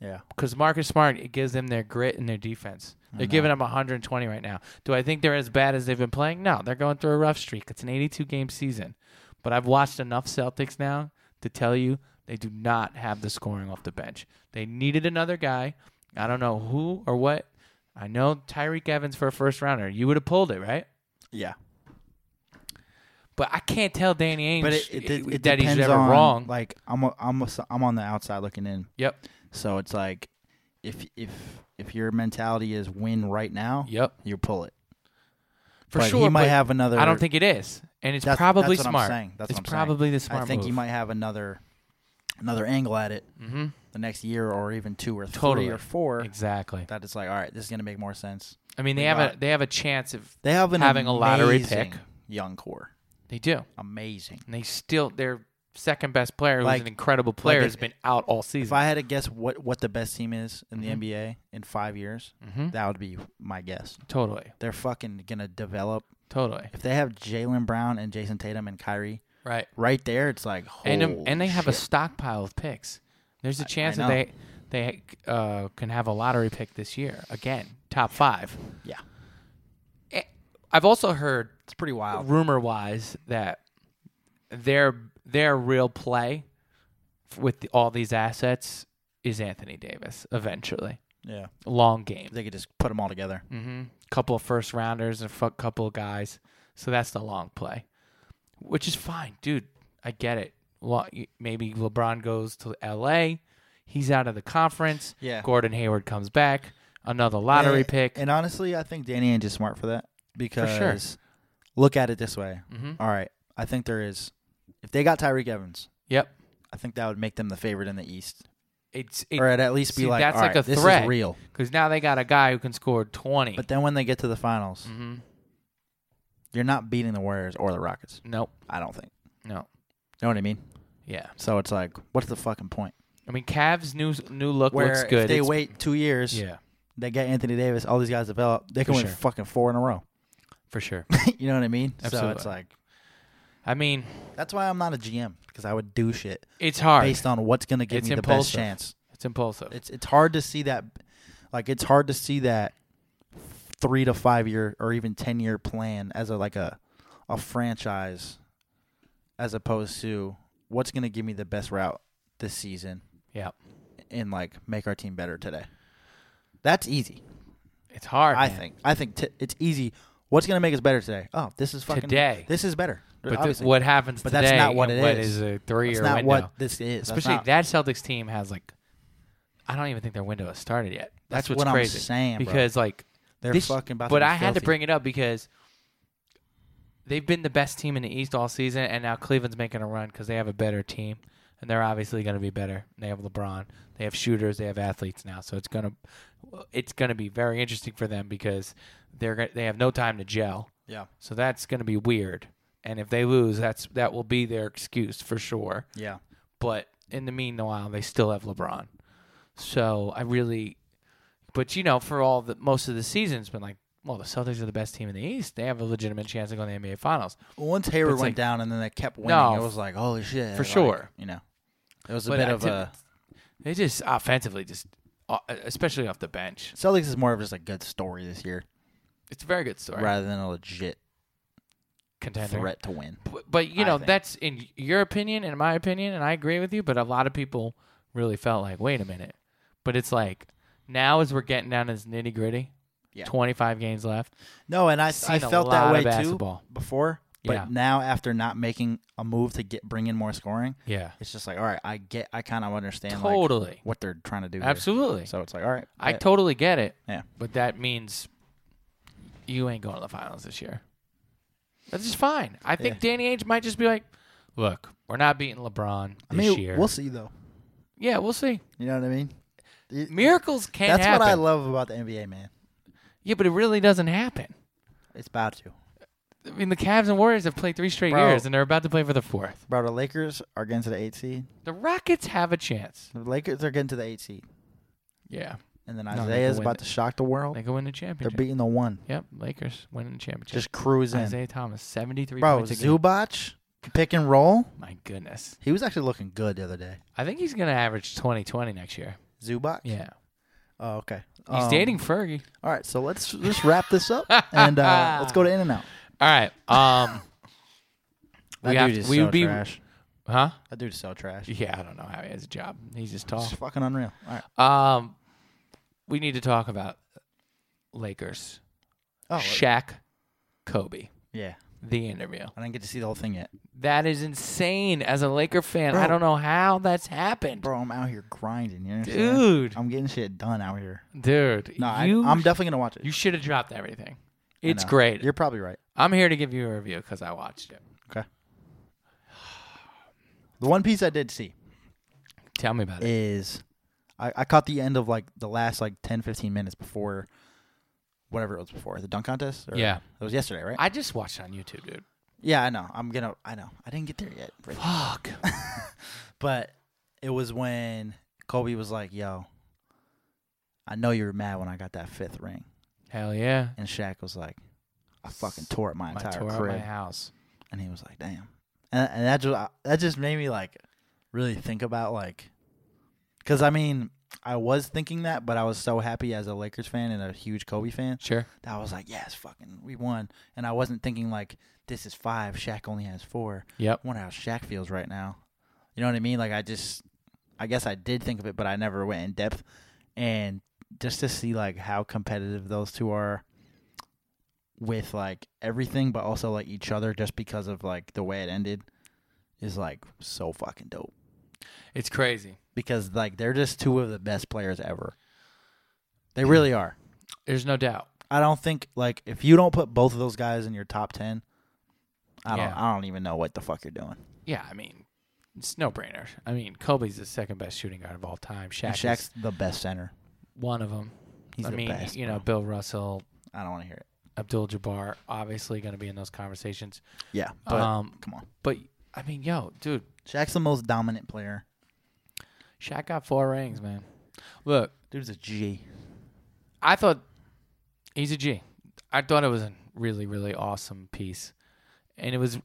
S2: Yeah.
S1: because Marcus Smart it gives them their grit and their defense. They're giving them 120 right now. Do I think they're as bad as they've been playing? No, they're going through a rough streak. It's an 82 game season, but I've watched enough Celtics now to tell you they do not have the scoring off the bench. They needed another guy. I don't know who or what. I know Tyreek Evans for a first rounder. You would have pulled it, right?
S2: Yeah.
S1: But I can't tell Danny Ainge
S2: But it, it, it, it
S1: that he's
S2: depends
S1: ever
S2: on,
S1: wrong.
S2: Like I'm a, I'm a, I'm on the outside looking in.
S1: yep.
S2: So it's like if if if your mentality is win right now,
S1: Yep.
S2: you pull it.
S1: For
S2: But
S1: sure.
S2: he might
S1: but
S2: have another.
S1: I don't think it is. And it's
S2: That's-
S1: probably
S2: that's what I'm
S1: smart.
S2: saying. That's
S1: it's
S2: what I'm saying.
S1: probably the smart
S2: I think
S1: move.
S2: he might have another another angle at it
S1: hmm
S2: the next year or even two or three
S1: Totally.
S2: or four.
S1: Exactly.
S2: That it's like all right, this is gonna make more sense.
S1: I mean, they
S2: We
S1: have a
S2: got-
S1: they have a chance if
S2: They have an
S1: Having a lottery
S2: amazing
S1: pick.
S2: young core,
S1: they do,
S2: amazing.
S1: and they still their second best player,
S2: Like-
S1: who's an incredible player,
S2: if-
S1: has been out all season.
S2: If I had to guess what what the best team is in
S1: Mhm.
S2: the NBA in five years,
S1: mm-hmm.
S2: that would be my guess.
S1: Totally,
S2: They're fucking gonna develop.
S1: totally
S2: If they have Jalen Brown and Jason Tatum and Kyrie
S1: right.
S2: right there, it's like holy
S1: And um, and they have a
S2: shit.
S1: stockpile of picks. There's a chance
S2: I
S1: that they they uh, can have a lottery pick this year again, top five.
S2: Yeah.
S1: Eh, I've also heard
S2: It's pretty wild.
S1: rumor wise that their their real play f- with the, all these assets is Anthony Davis eventually.
S2: Yeah,
S1: Long game.
S2: they could just put them all together.
S1: Mm-hmm. Couple of first rounders and a fuck couple of guys. So that's the long play, which is fine, dude. I get it. Lo- Maybe LeBron goes to L.A. He's out of the conference.
S2: Yeah.
S1: Gordon Hayward comes back. Another lottery
S2: And-
S1: pick.
S2: And honestly, I think Danny Ainge is smart for that because
S1: sure.
S2: look at it this way.
S1: Mhm.
S2: All right, I think there is. If they got Tyreek Evans,
S1: Yep.
S2: I think that would make them the favorite in the East,
S1: It's
S2: or
S1: because
S2: at at least be
S1: see,
S2: like,
S1: that's
S2: all
S1: like
S2: right,
S1: a
S2: this
S1: threat.
S2: is real.
S1: now they got a guy who can score twenty.
S2: But then when they get to the finals,
S1: mm-hmm.
S2: you're not beating the Warriors or the Rockets.
S1: Nope.
S2: I don't think.
S1: No.
S2: You know what I mean?
S1: Yeah.
S2: So it's like, what's the fucking point?
S1: I mean, Cavs new new look
S2: Where
S1: looks good.
S2: if they
S1: It's-
S2: wait two years,
S1: Yeah,
S2: they get Anthony Davis, all these guys develop, they can
S1: For
S2: win
S1: sure.
S2: fucking four in a row. (laughs)
S1: for sure.
S2: you know what I mean? So
S1: Absolutely.
S2: it's like
S1: I mean,
S2: that's why I'm not a GM because I would do shit
S1: it's hard.
S2: based on what's going to give
S1: It's
S2: me the best
S1: impulsive.
S2: chance.
S1: it's impulsive.
S2: It's it's hard to see that, like it's hard to see that three to five year or even ten year plan as a like a a franchise, as opposed to what's going to give me the best route this season
S1: yeah,
S2: and like make our team better today. That's easy,
S1: it's hard.
S2: I
S1: man.
S2: think. I think t- it's easy. What's going to make us better today? Oh, this is fucking
S1: Today.
S2: This is better.
S1: But th-
S2: obviously.
S1: what happens
S2: But
S1: today?
S2: that's not what
S1: and
S2: it
S1: what
S2: is.
S1: is a three-year
S2: That's not
S1: window?
S2: what this is. That's
S1: Especially
S2: not-
S1: that Celtics team has like, I don't even think their window has started yet. That's,
S2: That's
S1: what's
S2: what I'm
S1: crazy.
S2: saying, bro.
S1: because like
S2: They're
S1: this-
S2: fucking about to
S1: But
S2: be
S1: I had to
S2: filthy.
S1: bring it up because they've been the best team in the East all season, and now Cleveland's making a run because they have a better team. and they're obviously going to be better. They have LeBron, they have shooters, they have athletes now, so it's gonna it's gonna be very interesting for them because they're go- they have no time to gel.
S2: Yeah.
S1: So that's going to be weird. And if they lose, that's that will be their excuse for sure.
S2: Yeah.
S1: But in the meanwhile, they still have LeBron. So I really, but you know, for all the most of the season's been like, well, the Celtics are the best team in the East. They have a legitimate chance of going to the NBA Finals.
S2: Once Hayward
S1: It's
S2: went
S1: like-
S2: down and then they kept winning,
S1: No,
S2: it was like, holy shit.
S1: for
S2: like,
S1: sure.
S2: You know, it was a
S1: But
S2: bit
S1: I
S2: of
S1: did-
S2: a.
S1: They just offensively just, uh, especially off the bench,
S2: Celtics is more of just a good story this year
S1: it's a very good story.
S2: rather than a legit
S1: Contender.
S2: threat
S1: (laughs)
S2: to win.
S1: But, but you
S2: I
S1: know,
S2: think.
S1: that's in your opinion and my opinion, and I agree with you. But a lot of people really felt like, wait a minute. But it's like now as we're getting down to this nitty gritty,
S2: Yeah.
S1: twenty five games left.
S2: No, and I, I
S1: Seen a
S2: felt
S1: lot
S2: that
S1: of
S2: way too
S1: basketball.
S2: before, but
S1: Yeah.
S2: now after not making a move to get bring in more scoring,
S1: Yeah,
S2: it's just like, all right, I get, I kind of understand like,
S1: totally,
S2: what they're trying to do. here.
S1: absolutely.
S2: So it's like, all right,
S1: I
S2: bet.
S1: totally get it.
S2: Yeah.
S1: but that means you ain't going to the finals this year. That's just fine. I think Danny Ainge might just be like, look, we're not beating LeBron this
S2: I mean,
S1: year.
S2: we'll see though.
S1: yeah, we'll see.
S2: You know what I mean? It-
S1: Miracles can
S2: that's
S1: happen.
S2: what I love about the NBA, man.
S1: Yeah, but it really doesn't happen.
S2: It's about to.
S1: I mean, the Cavs and Warriors have played three straight
S2: Bro.
S1: years, and they're about to play for the fourth.
S2: Bro, the Lakers are getting to the eight seed.
S1: The Rockets have a chance.
S2: The Lakers are getting to the eight seed,
S1: Yeah,
S2: and then
S1: they can
S2: Isaiah's
S1: win
S2: about
S1: it.
S2: to shock the world.
S1: they can win the
S2: They're
S1: championship.
S2: beating the one.
S1: yep, Lakers winning the championship.
S2: Just cruise in.
S1: Isaiah Thomas, seventy-three
S2: Bro,
S1: points a game.
S2: Zubac pick and roll.
S1: My goodness,
S2: He was actually looking good the other day.
S1: I think he's gonna average twenty twenty next year.
S2: Zubac.
S1: Yeah,
S2: Oh, okay.
S1: he's
S2: Um,
S1: dating Fergie.
S2: All right, so let's just wrap this up
S1: (laughs)
S2: and uh, let's go to In and Out.
S1: All right. Um,
S2: (laughs)
S1: we have we would be huh?
S2: That dude is so trash.
S1: Yeah, I don't know how he has a job. He's just tall.
S2: It's fucking unreal. All right.
S1: Um, we need to talk about Lakers.
S2: Oh,
S1: Shaq, Kobe,
S2: yeah.
S1: the interview.
S2: I didn't get to see the whole thing yet.
S1: That is insane. As a Laker fan,
S2: Bro.
S1: I don't know how that's happened,
S2: Bro, I'm out here grinding. You understand?
S1: dude.
S2: I'm getting shit done out here.
S1: Dude,
S2: No, I,
S1: you
S2: I'm definitely gonna watch it.
S1: you should have dropped everything.
S2: I
S1: It's
S2: know.
S1: great.
S2: You're probably right.
S1: I'm here to give you a review because I watched it.
S2: Okay. The one piece I did see
S1: Tell me about it.
S2: is I, I caught the end of like the last like 10, 15 minutes before whatever it was before the dunk contest. Or
S1: Yeah.
S2: it was yesterday, right?
S1: I just watched it on YouTube, dude.
S2: yeah, I know. I'm gonna. I know. I didn't get there yet, Rich.
S1: Fuck.
S2: (laughs) but it was when Kobe was like, "Yo, I know you were mad when I got that fifth ring,"
S1: Hell yeah.
S2: and Shaq was like, "I fucking tore up my
S1: My
S2: entire
S1: tour at my
S2: crib,"
S1: house.
S2: and he was like, "Damn," and, and that just that just made me like really think about like, because I mean. I was thinking that, but I was so happy as a Lakers fan and a huge Kobe fan
S1: Sure.
S2: that I was like, "Yes, fucking, we won!" And I wasn't thinking like, "This is five. Shaq only has four.
S1: Yep.
S2: I wonder how Shaq feels right now. You know what I mean? Like I just, I guess I did think of it, but I never went in depth. And just to see like how competitive those two are with like everything, but also like each other, just because of like the way it ended, is like so fucking dope.
S1: It's crazy.
S2: Because like they're just two of the best players ever. They really are.
S1: There's no doubt.
S2: I don't think like if you don't put both of those guys in your top ten, I don't.
S1: Yeah.
S2: I don't even know what the fuck you're doing.
S1: Yeah, I mean, it's no brainer. I mean, Kobe's the second best shooting guard of all time.
S2: And
S1: Shaq
S2: Shaq's
S1: is
S2: the best center.
S1: one of them.
S2: He's
S1: I
S2: the
S1: mean,
S2: best.
S1: you know,
S2: bro.
S1: Bill Russell,
S2: I don't want to hear it.
S1: Abdul Jabbar, obviously going to be in those conversations.
S2: Yeah, but
S1: um,
S2: come on,
S1: but I mean, yo, dude,
S2: Shaq's the most dominant player.
S1: Shaq got four rings, man. Look,
S2: Dude's a G.
S1: I thought he's a G. I thought it was a really, really awesome piece, and it was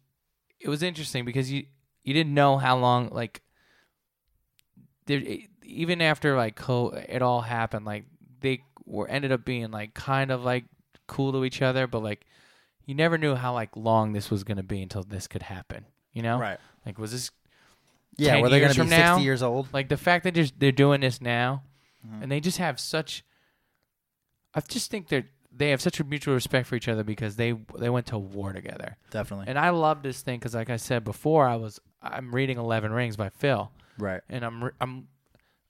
S1: it was interesting because you you didn't know how long like there, e, even after like co- it all happened like they were ended up being like kind of like cool to each other, but like you never knew how like long this was gonna be until this could happen. You know,
S2: Right.
S1: like was this
S2: Yeah,
S1: 10
S2: where they're gonna
S1: years
S2: be
S1: from
S2: sixty
S1: now?
S2: years old.
S1: like the fact that they're, they're doing this now
S2: Mhm.
S1: and they just have such i just think they're they have such a mutual respect for each other because they they went to war together
S2: Definitely.
S1: and i love this thing because like i said before i was i'm reading 11 rings by phil
S2: right.
S1: and i'm re- i'm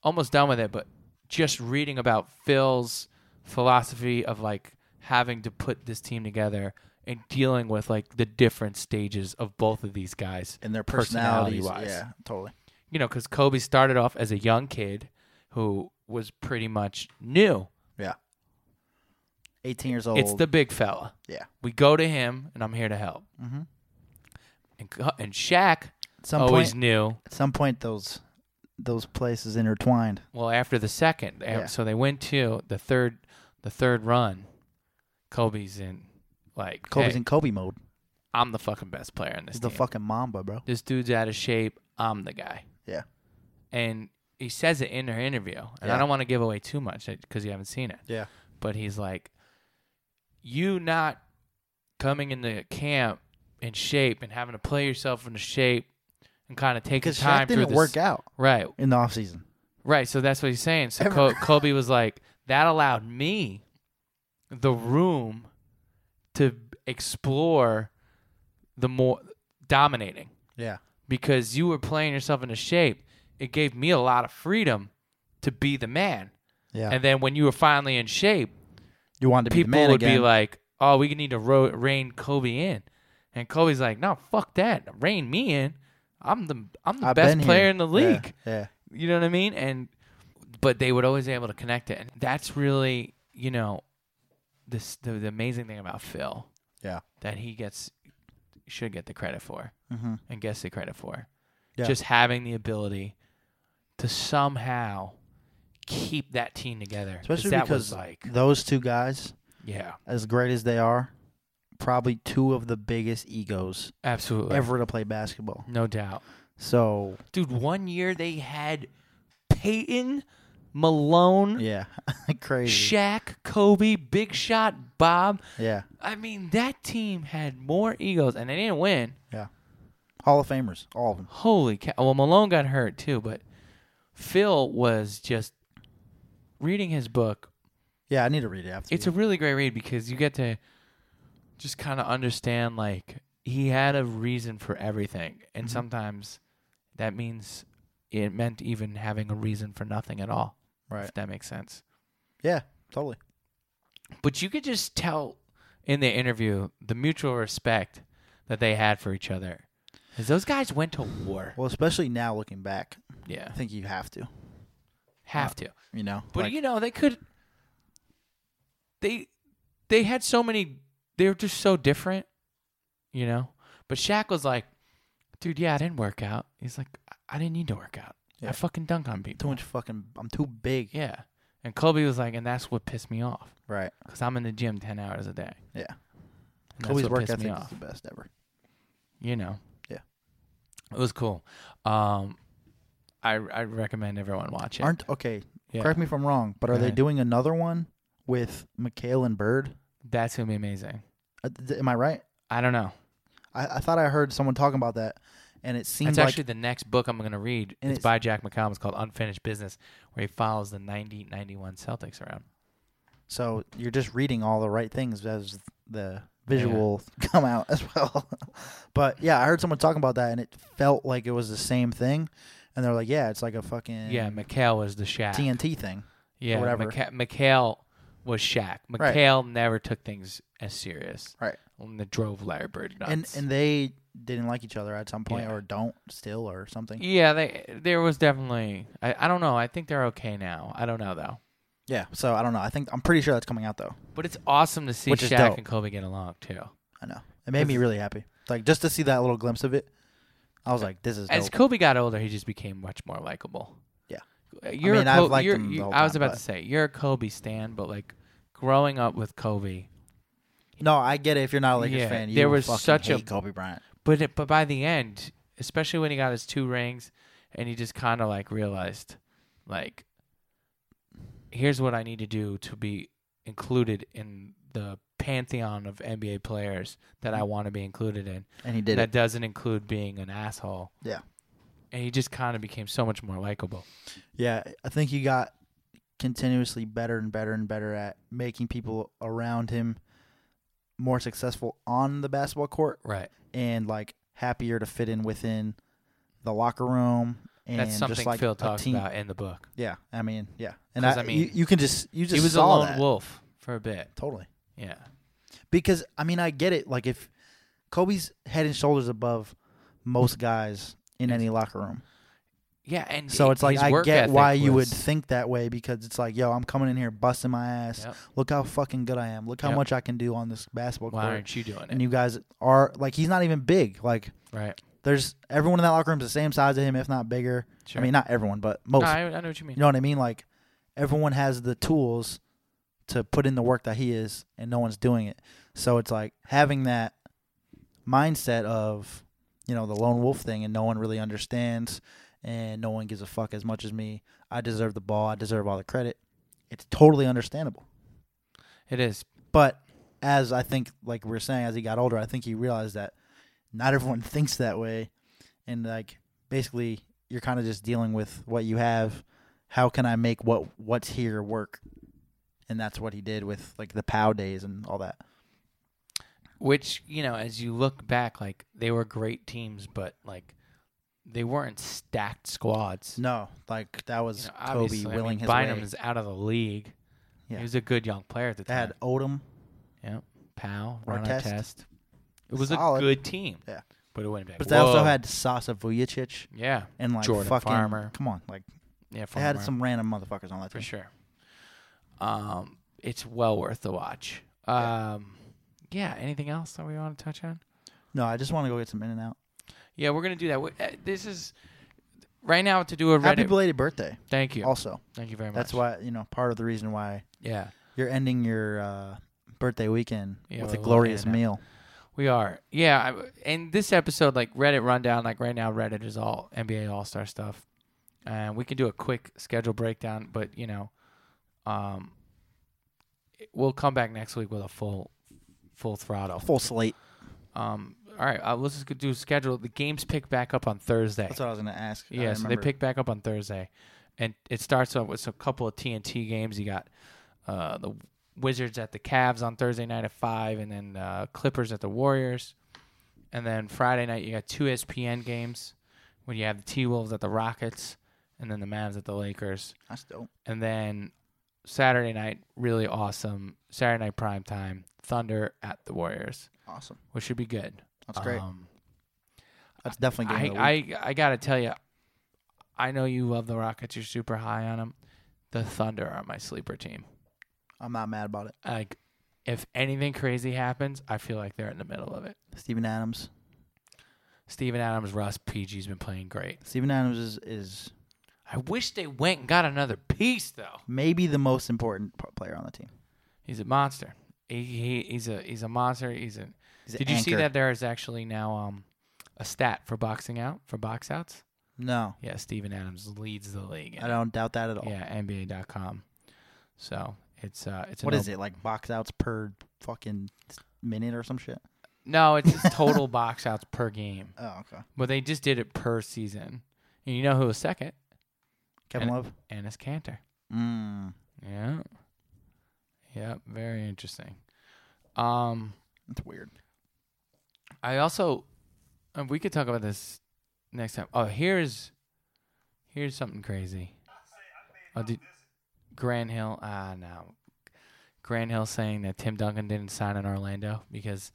S1: almost done with it but just reading about phil's philosophy of like having to put this team together and dealing with like the different stages of both of these guys
S2: And their personalities.
S1: personality-wise
S2: Yeah, totally.
S1: you know, because Kobe started off as a young kid who was pretty much new.
S2: Yeah. 18 years old.
S1: It's the big fella.
S2: yeah.
S1: We go to him, and I'm here to help.
S2: Mhm.
S1: And Co- and Shaq
S2: At some
S1: always
S2: point,
S1: knew.
S2: at some point, those those places intertwined.
S1: Well, after the second, a-
S2: Yeah.
S1: so they went to the third, the third run. Kobe's in, like,
S2: Kobe's
S1: hey,
S2: in Kobe mode.
S1: I'm the fucking best player in this.
S2: He's the
S1: team.
S2: fucking Mamba, bro.
S1: This dude's out of shape. I'm the guy.
S2: Yeah.
S1: And he says it in her interview, and I
S2: Yeah.
S1: don't want to give away too much because you haven't seen it.
S2: Yeah.
S1: but he's like, you not coming into camp in shape and having to play yourself into shape and kind of taking
S2: Because
S1: time
S2: Shaq
S1: through
S2: didn't
S1: this.
S2: work out
S1: Right,
S2: in the offseason.
S1: right. So that's what he's saying. So
S2: (laughs) Ever.
S1: Ko- Kobe was like, that allowed me the room to explore the more dominating
S2: Yeah.
S1: because you were playing yourself into shape. It gave me a lot of freedom to be the man.
S2: Yeah.
S1: And then when you were finally in shape,
S2: you wanted to be the
S1: people
S2: man
S1: would
S2: again.
S1: be like, "Oh, we need to ro- rein Kobe in," and Kobe's like, "No, fuck that, rein me in. I'm the I'm the
S2: I've
S1: best
S2: been
S1: player
S2: here."
S1: in the
S2: Yeah,
S1: league.
S2: Yeah.
S1: You know what I mean?" And but they would always be able to connect it, and that's really you know this the, the amazing thing about Phil
S2: Yeah.
S1: that he gets should get the credit for
S2: Mm-hmm.
S1: and gets the credit for
S2: Yeah.
S1: just having the ability to somehow keep that team together 'Cause
S2: Especially
S1: that
S2: because
S1: was like
S2: those two guys,
S1: yeah
S2: as great as they are, probably two of the biggest egos
S1: absolutely
S2: ever to play basketball.
S1: no doubt
S2: So
S1: Dude, one year they had Peyton, Malone,
S2: yeah, (laughs) crazy.
S1: Shaq, Kobe, Big Shot, Bob.
S2: Yeah,
S1: I mean, that team had more egos, and they didn't win.
S2: Hall of Famers, all of them.
S1: Holy cow! Well, Malone got hurt too, but Phil was just reading his book.
S2: Yeah, I need to read it after.
S1: It's a
S2: you.
S1: really great read because you get to just kind of understand like he had a reason for everything, and
S2: Mhm.
S1: sometimes that means it meant even having a reason for nothing at all.
S2: right.
S1: if that makes sense.
S2: Yeah, totally.
S1: But you could just tell in the interview the mutual respect that they had for each other. Because those guys went to war.
S2: Well, especially now looking back, I
S1: Yeah.
S2: think you have to.
S1: Have to.
S2: You know,
S1: But
S2: Like,
S1: you know, they could they they had so many they were just so different, you know? But Shaq was like, dude, yeah, I didn't work out. He's like, "I- I didn't need to work out.
S2: Yeah.
S1: I fucking dunk on people.
S2: too much fucking. I'm too big.
S1: (laughs) Yeah. And Kobe was like, and that's what pissed me off.
S2: Right.
S1: Because I'm in the gym 10 hours a day.
S2: Yeah.
S1: And that's
S2: Kobe's
S1: what
S2: work
S1: pissed me
S2: ethic is
S1: off.
S2: the best ever.
S1: you know.
S2: Yeah.
S1: It was cool. Um I I recommend everyone watch it.
S2: Aren't okay.
S1: Yeah.
S2: Correct me if I'm wrong, but are
S1: Go
S2: they
S1: ahead.
S2: doing another one with McHale and Bird?
S1: That's gonna be amazing.
S2: Uh, th- am I right?
S1: I don't know.
S2: I, I thought I heard someone talking about that, and it seemed
S1: That's
S2: like
S1: actually the next book I'm gonna read.
S2: And
S1: It's,
S2: it's-
S1: by Jack McCollum. It's called Unfinished Business, where he follows the 90 91 Celtics around.
S2: so you're just reading all the right things as the visual (laughs) come out as well. but yeah, I heard someone talking about that, and it felt like it was the same thing. And they're like, "Yeah, it's like a fucking
S1: yeah, McHale was the Shaq.
S2: TNT thing."
S1: yeah,
S2: whatever.
S1: McHale, McHale was Shaq.
S2: Right.
S1: McHale never took things as serious.
S2: Right.
S1: And that drove Larry Bird
S2: And
S1: nuts.
S2: and they didn't like each other at some point,
S1: Yeah.
S2: or don't still, or something.
S1: yeah, they there was definitely I, I don't know. I think they're okay now. I don't know though.
S2: Yeah. So I don't know. I think I'm pretty sure that's coming out though.
S1: But it's awesome to see
S2: Which is
S1: Shaq
S2: dope.
S1: and Kobe get along too.
S2: I know. It made me
S1: It's-
S2: really happy. Like just to see that little glimpse of it, I was like, "This is
S1: As
S2: dope.
S1: Kobe got older, he just became much more likable.
S2: Yeah.
S1: Uh, You're
S2: mean,
S1: a
S2: I've
S1: Ko-
S2: liked
S1: you're-
S2: him the
S1: you-
S2: whole
S1: I was
S2: time,
S1: about
S2: but-
S1: to say you're a Kobe stan, but like growing up with Kobe,
S2: No, I get it. If you're not a Lakers
S1: Yeah,
S2: fan, you
S1: there was
S2: fucking
S1: such a-
S2: hate Kobe Bryant.
S1: but it, but by the end, especially when he got his two rings, and he just kind of like realized, like, here's what I need to do to be included in the pantheon of NBA players that I want to be included in.
S2: And he Mm-hmm. did
S1: that
S2: it.
S1: doesn't include being an asshole.
S2: Yeah.
S1: And he just kind of became so much more likable.
S2: Yeah, I think he got continuously better and better and better at making people around him more successful on the basketball court
S1: Right.
S2: and like happier to fit in within the locker room and
S1: That's something
S2: just like
S1: Phil
S2: a
S1: talks
S2: team.
S1: about in the book.
S2: Yeah, I mean, yeah, and
S1: 'Cause,
S2: I,
S1: I mean,
S2: you, you can just you just
S1: he was a
S2: saw
S1: lone
S2: that.
S1: wolf for a bit.
S2: totally
S1: Yeah.
S2: because I mean I get it. Like if Kobe's head and shoulders above most guys in any locker room.
S1: Yeah, and
S2: So
S1: he-
S2: it's like
S1: his
S2: I
S1: work
S2: get why
S1: ethic
S2: you would
S1: was-
S2: think that way because it's like, yo, I'm coming in here busting my ass.
S1: Yep.
S2: Look how fucking good I am. Look how
S1: Yep.
S2: much I can do on this basketball
S1: Why
S2: court.
S1: aren't you doing it?
S2: And you guys are like he's not even big. Like
S1: right.
S2: there's everyone in that locker room's the same size as him, if not bigger.
S1: Sure.
S2: I mean, not everyone, but most.
S1: No, I, I know what you mean.
S2: You know what I mean? Like everyone has the tools to put in the work that he is, and no one's doing it. So it's like having that mindset of you know the lone wolf thing, and no one really understands, and no one gives a fuck as much as me. I deserve the ball. I deserve all the credit. It's totally understandable.
S1: It is.
S2: But as I think, like we were saying, as he got older, I think he realized that not everyone (laughs) thinks that way, and like basically, you're kind of just dealing with what you have. How can I make what what's here work? And that's what he did with like the POW days and all that.
S1: Which you know, as you look back, like they were great teams, but like they weren't stacked squads.
S2: No, like that
S1: You
S2: was
S1: know,
S2: Kobe
S1: obviously, I
S2: willing
S1: mean,
S2: his
S1: Bynum
S2: way.
S1: is out of the league.
S2: Yeah.
S1: He was a good young player at the
S2: They
S1: time.
S2: had Odom.
S1: Yeah, Powell, Ron
S2: Artest.
S1: Artest. It was
S2: Solid.
S1: a good team.
S2: Yeah.
S1: but it wouldn't be. Like,
S2: But they also
S1: "Whoa."
S2: had Sasa Vujicic
S1: yeah,
S2: and like
S1: Jordan
S2: fucking
S1: Farmer.
S2: Come on, like
S1: yeah.
S2: they had
S1: Farmer,
S2: some random motherfuckers on that
S1: for
S2: team.
S1: sure. Um, it's well worth the watch. Um, yeah. Anything else that we want to touch on?
S2: No, I just want to go get some in and out.
S1: Yeah, we're gonna do that. We- uh, This is right now to do a Reddit.
S2: Happy belated birthday.
S1: Thank you.
S2: Also,
S1: Thank you very much.
S2: that's why you know part of the reason why
S1: Yeah,
S2: You're ending your uh, birthday weekend
S1: Yeah, with
S2: with
S1: a
S2: a
S1: little
S2: glorious
S1: in-and-out.
S2: meal.
S1: we are. Yeah, I, and this episode, like Reddit rundown, like right now, Reddit is all NBA All Star stuff, and we can do a quick schedule breakdown. But you know, um, it- we'll come back next week with a full, full throttle.
S2: Full slate.
S1: Um, all right, uh, let's just do schedule. The games pick back up on Thursday.
S2: That's what I was going to ask. I
S1: Yeah, so they
S2: remember.
S1: pick back up on Thursday, and it starts off with a couple of TNT games. You got uh, the Wizards at the Cavs on Thursday night at five, and then uh, Clippers at the Warriors, and then Friday night you got two E ESPN games when you have the T Wolves at the Rockets, and then the Mavs at the Lakers,
S2: That's dope.
S1: and then Saturday night really awesome Saturday night prime time Thunder at the Warriors,
S2: Awesome.
S1: which should be good.
S2: That's great.
S1: Um,
S2: That's definitely game of the week.
S1: I, I I gotta tell you, I know you love the Rockets. You're super high on them. The Thunder are my sleeper team.
S2: I'm not mad about it.
S1: Like, if anything crazy happens, I feel like they're in the middle of it.
S2: Steven Adams.
S1: Steven Adams, Russ, PG's been playing great.
S2: Steven Adams is, is
S1: I wish they went and got another piece though.
S2: maybe the most important p- player on the team.
S1: He's a monster. He, he he's a he's a monster. He's a.
S2: He's an
S1: did you see
S2: anchor.
S1: that there is actually now um a stat for boxing out for box outs?
S2: No,
S1: Yeah, Steven Adams leads the league. in
S2: I
S1: it.
S2: don't doubt that at all.
S1: Yeah, NBA.com. So it's uh it's a
S2: What
S1: no-
S2: is it like? Box outs per fucking minute or some shit?
S1: No, it's just total box outs per game.
S2: Oh, okay.
S1: But they just did it per season. And you know who was second?
S2: Kevin
S1: And-
S2: Love.
S1: Ennis Cantor.
S2: Mm,
S1: Yeah. Yeah, very interesting. Um
S2: that's weird.
S1: I also uh, we could talk about this next time. Oh, here's here's something crazy. Oh, did Grand Hill? Ah, no. Grand Hill saying that Tim Duncan didn't sign in Orlando because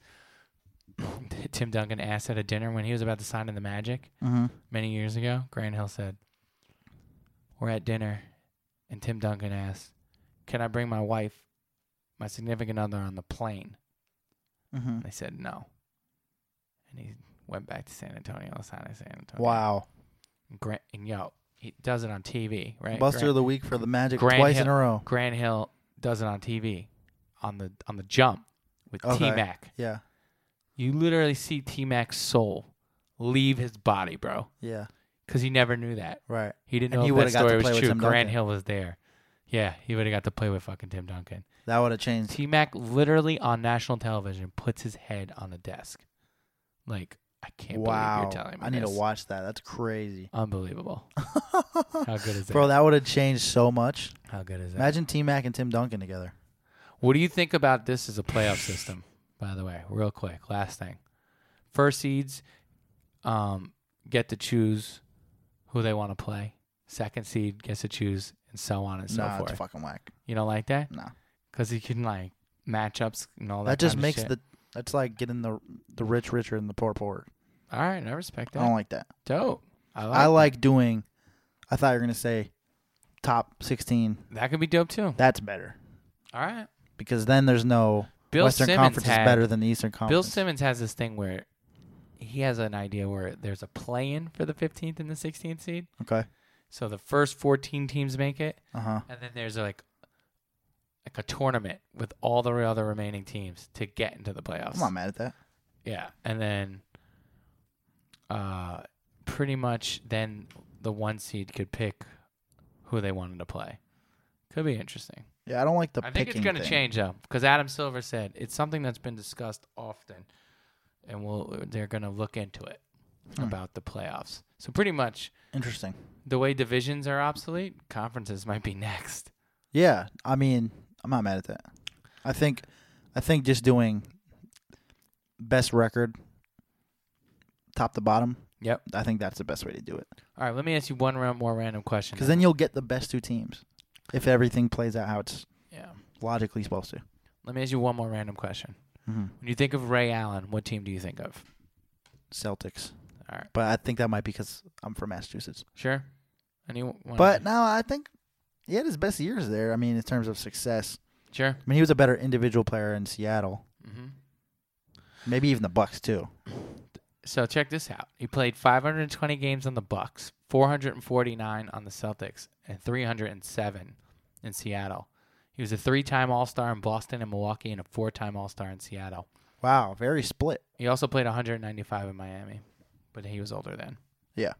S1: (clears throat) Tim Duncan asked at a dinner when he was about to sign in the Magic
S2: Mm-hmm.
S1: many years ago. Grand Hill said, "We're at dinner, and Tim Duncan asked, "Can I bring my wife, my significant other, on the plane?"
S2: Mm-hmm.
S1: And they said no. And he went back to San Antonio, signed in San Antonio.
S2: Wow.
S1: Grant, and yo, he does it on TV, right?
S2: Buster of
S1: Grant,
S2: the week for the Magic
S1: Grant
S2: twice
S1: Hill-
S2: in a row.
S1: Grant Hill does it on TV, on the on the jump with
S2: Okay.
S1: T Mac.
S2: Yeah.
S1: You literally see T Mac's soul leave his body, bro,
S2: Yeah.
S1: because he never knew that.
S2: Right.
S1: He didn't
S2: And he
S1: know if
S2: would've
S1: that
S2: got to
S1: story
S2: play
S1: was true.
S2: with Tim
S1: Grant
S2: Duncan.
S1: Hill was there. Yeah, he would have got to play with fucking Tim Duncan.
S2: That would have changed.
S1: T Mac literally on national television puts his head on the desk. Like, I can't
S2: wow.
S1: believe you're telling me
S2: I need
S1: this.
S2: to watch that. That's crazy. (laughs)
S1: Unbelievable. How good is that?
S2: Bro, that would have changed so much.
S1: How good is that?
S2: Imagine T Mac and Tim Duncan together.
S1: What do you think about this as a playoff system? By the way, real quick, last thing. First seeds um, get to choose who they want to play. Second seed gets to choose, and so on and so
S2: nah, it's
S1: forth.
S2: fucking whack.
S1: You don't like that?
S2: Nah.
S1: Because you can like matchups and all that.
S2: that just
S1: kind of
S2: makes
S1: shit.
S2: the that's like getting the the rich richer and the poor poorer.
S1: All right, I respect
S2: I
S1: that.
S2: don't like that.
S1: Dope. I like.
S2: I like doing I thought you were gonna say top sixteen.
S1: That could be dope too.
S2: That's better
S1: All right.
S2: because then there's no
S1: Bill
S2: Western
S1: Simmons
S2: Conference
S1: had-
S2: is better than the Eastern Conference.
S1: Bill Simmons has this thing where he has an idea where there's a play-in for the 15th and the 16th seed.
S2: Okay.
S1: So the first 14 teams make it,
S2: Uh huh.
S1: and then there's like like a tournament with all the other remaining teams to get into the playoffs.
S2: I'm not mad at that.
S1: Yeah, and then uh pretty much then the one seed could pick who they wanted to play. Could be interesting.
S2: Yeah, I don't like the
S1: I
S2: picking
S1: think it's going to
S2: thing.
S1: change though, because Adam Silver said it's something that's been discussed often, and we'll they're going to look into it
S2: Hmm.
S1: about the playoffs. So pretty much
S2: Interesting.
S1: the way divisions are obsolete, conferences might be (laughs) next.
S2: Yeah, I mean, I'm not mad at that. I think, I think just doing best record, top to bottom.
S1: Yep.
S2: I think that's the best way to do it
S1: All right, let me ask you one round more random question.
S2: because then you'll get the best two teams if everything plays out how it's
S1: yeah,
S2: logically supposed to.
S1: let me ask you one more random question.
S2: Mm-hmm.
S1: When you think of Ray Allen, what team do you think of?
S2: Celtics,
S1: All right,
S2: but I think that might be because I'm from Massachusetts.
S1: sure. Anyone?
S2: But no, I think he had his best years there. I mean, in terms of success,
S1: sure.
S2: I mean, he was a better individual player in Seattle,
S1: hmm
S2: maybe even the Bucks too.
S1: So check this out. He played 520 games on the Bucks, 449 on the Celtics, and 307 in Seattle. He was a three-time All-Star in Boston and Milwaukee, and a four-time All-Star in Seattle.
S2: Wow, very split.
S1: He also played 195 in Miami, but he was older then.
S2: Yeah.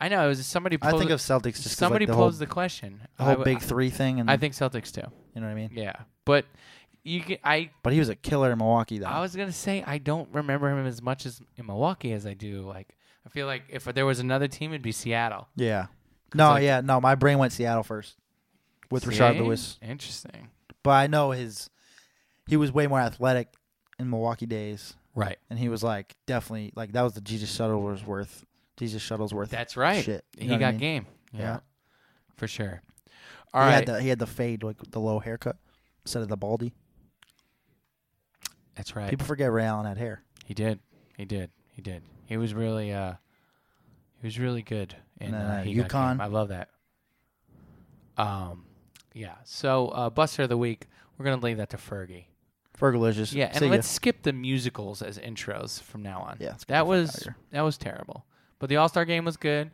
S1: I know. It was somebody.
S2: I
S1: posed-
S2: think of Celtics just 'cause,
S1: somebody
S2: like, the whole
S1: posed the question.
S2: the whole
S1: I w-
S2: big three thing, and
S1: I think Celtics too.
S2: you know what I mean.
S1: Yeah, but you can, I
S2: But he was a killer in Milwaukee, though.
S1: I was gonna say I don't remember him as much as in Milwaukee as I do. Like I feel like if there was another team, it'd be Seattle.
S2: yeah. No,
S1: like-
S2: yeah, no. My brain went Seattle first with Rashard
S1: See?
S2: Lewis,
S1: Interesting.
S2: but I know his he was way more athletic in Milwaukee days,
S1: Right.
S2: and he was like definitely like that was the Jesus Shuttlesworth, Jesus Shuttlesworth.
S1: That's right.
S2: Shit, you
S1: he
S2: know what
S1: got
S2: I mean?
S1: game. Yeah.
S2: Yeah.
S1: For sure.
S2: he
S1: All right.
S2: had the he had the fade like the low haircut instead of the baldy.
S1: That's right.
S2: People forget Ray Allen had hair.
S1: He did. He did. He did. He was really uh he was really good in
S2: And then,
S1: uh,
S2: uh,
S1: he Got
S2: UConn.
S1: Game. I love that. Um yeah. So uh Buster of the Week, we're gonna leave that to Fergie.
S2: Fergalicious.
S1: Yeah, and
S2: See ya.
S1: let's skip the musicals as intros from now on.
S2: Yeah, let's get the
S1: that
S2: fuck outta
S1: was
S2: here.
S1: that was terrible. But the All Star game was good,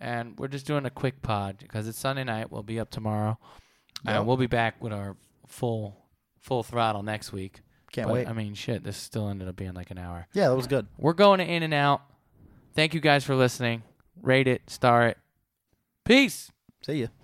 S1: and we're just doing a quick pod because it's Sunday night. We'll be up tomorrow,
S2: Yep.
S1: and we'll be back with our full full throttle next week.
S2: Can't
S1: But,
S2: wait.
S1: I mean, shit, this still ended up being like an hour.
S2: yeah, that was good.
S1: We're going to in and out. Thank you guys for listening. Rate it, star it. Peace.
S2: See you.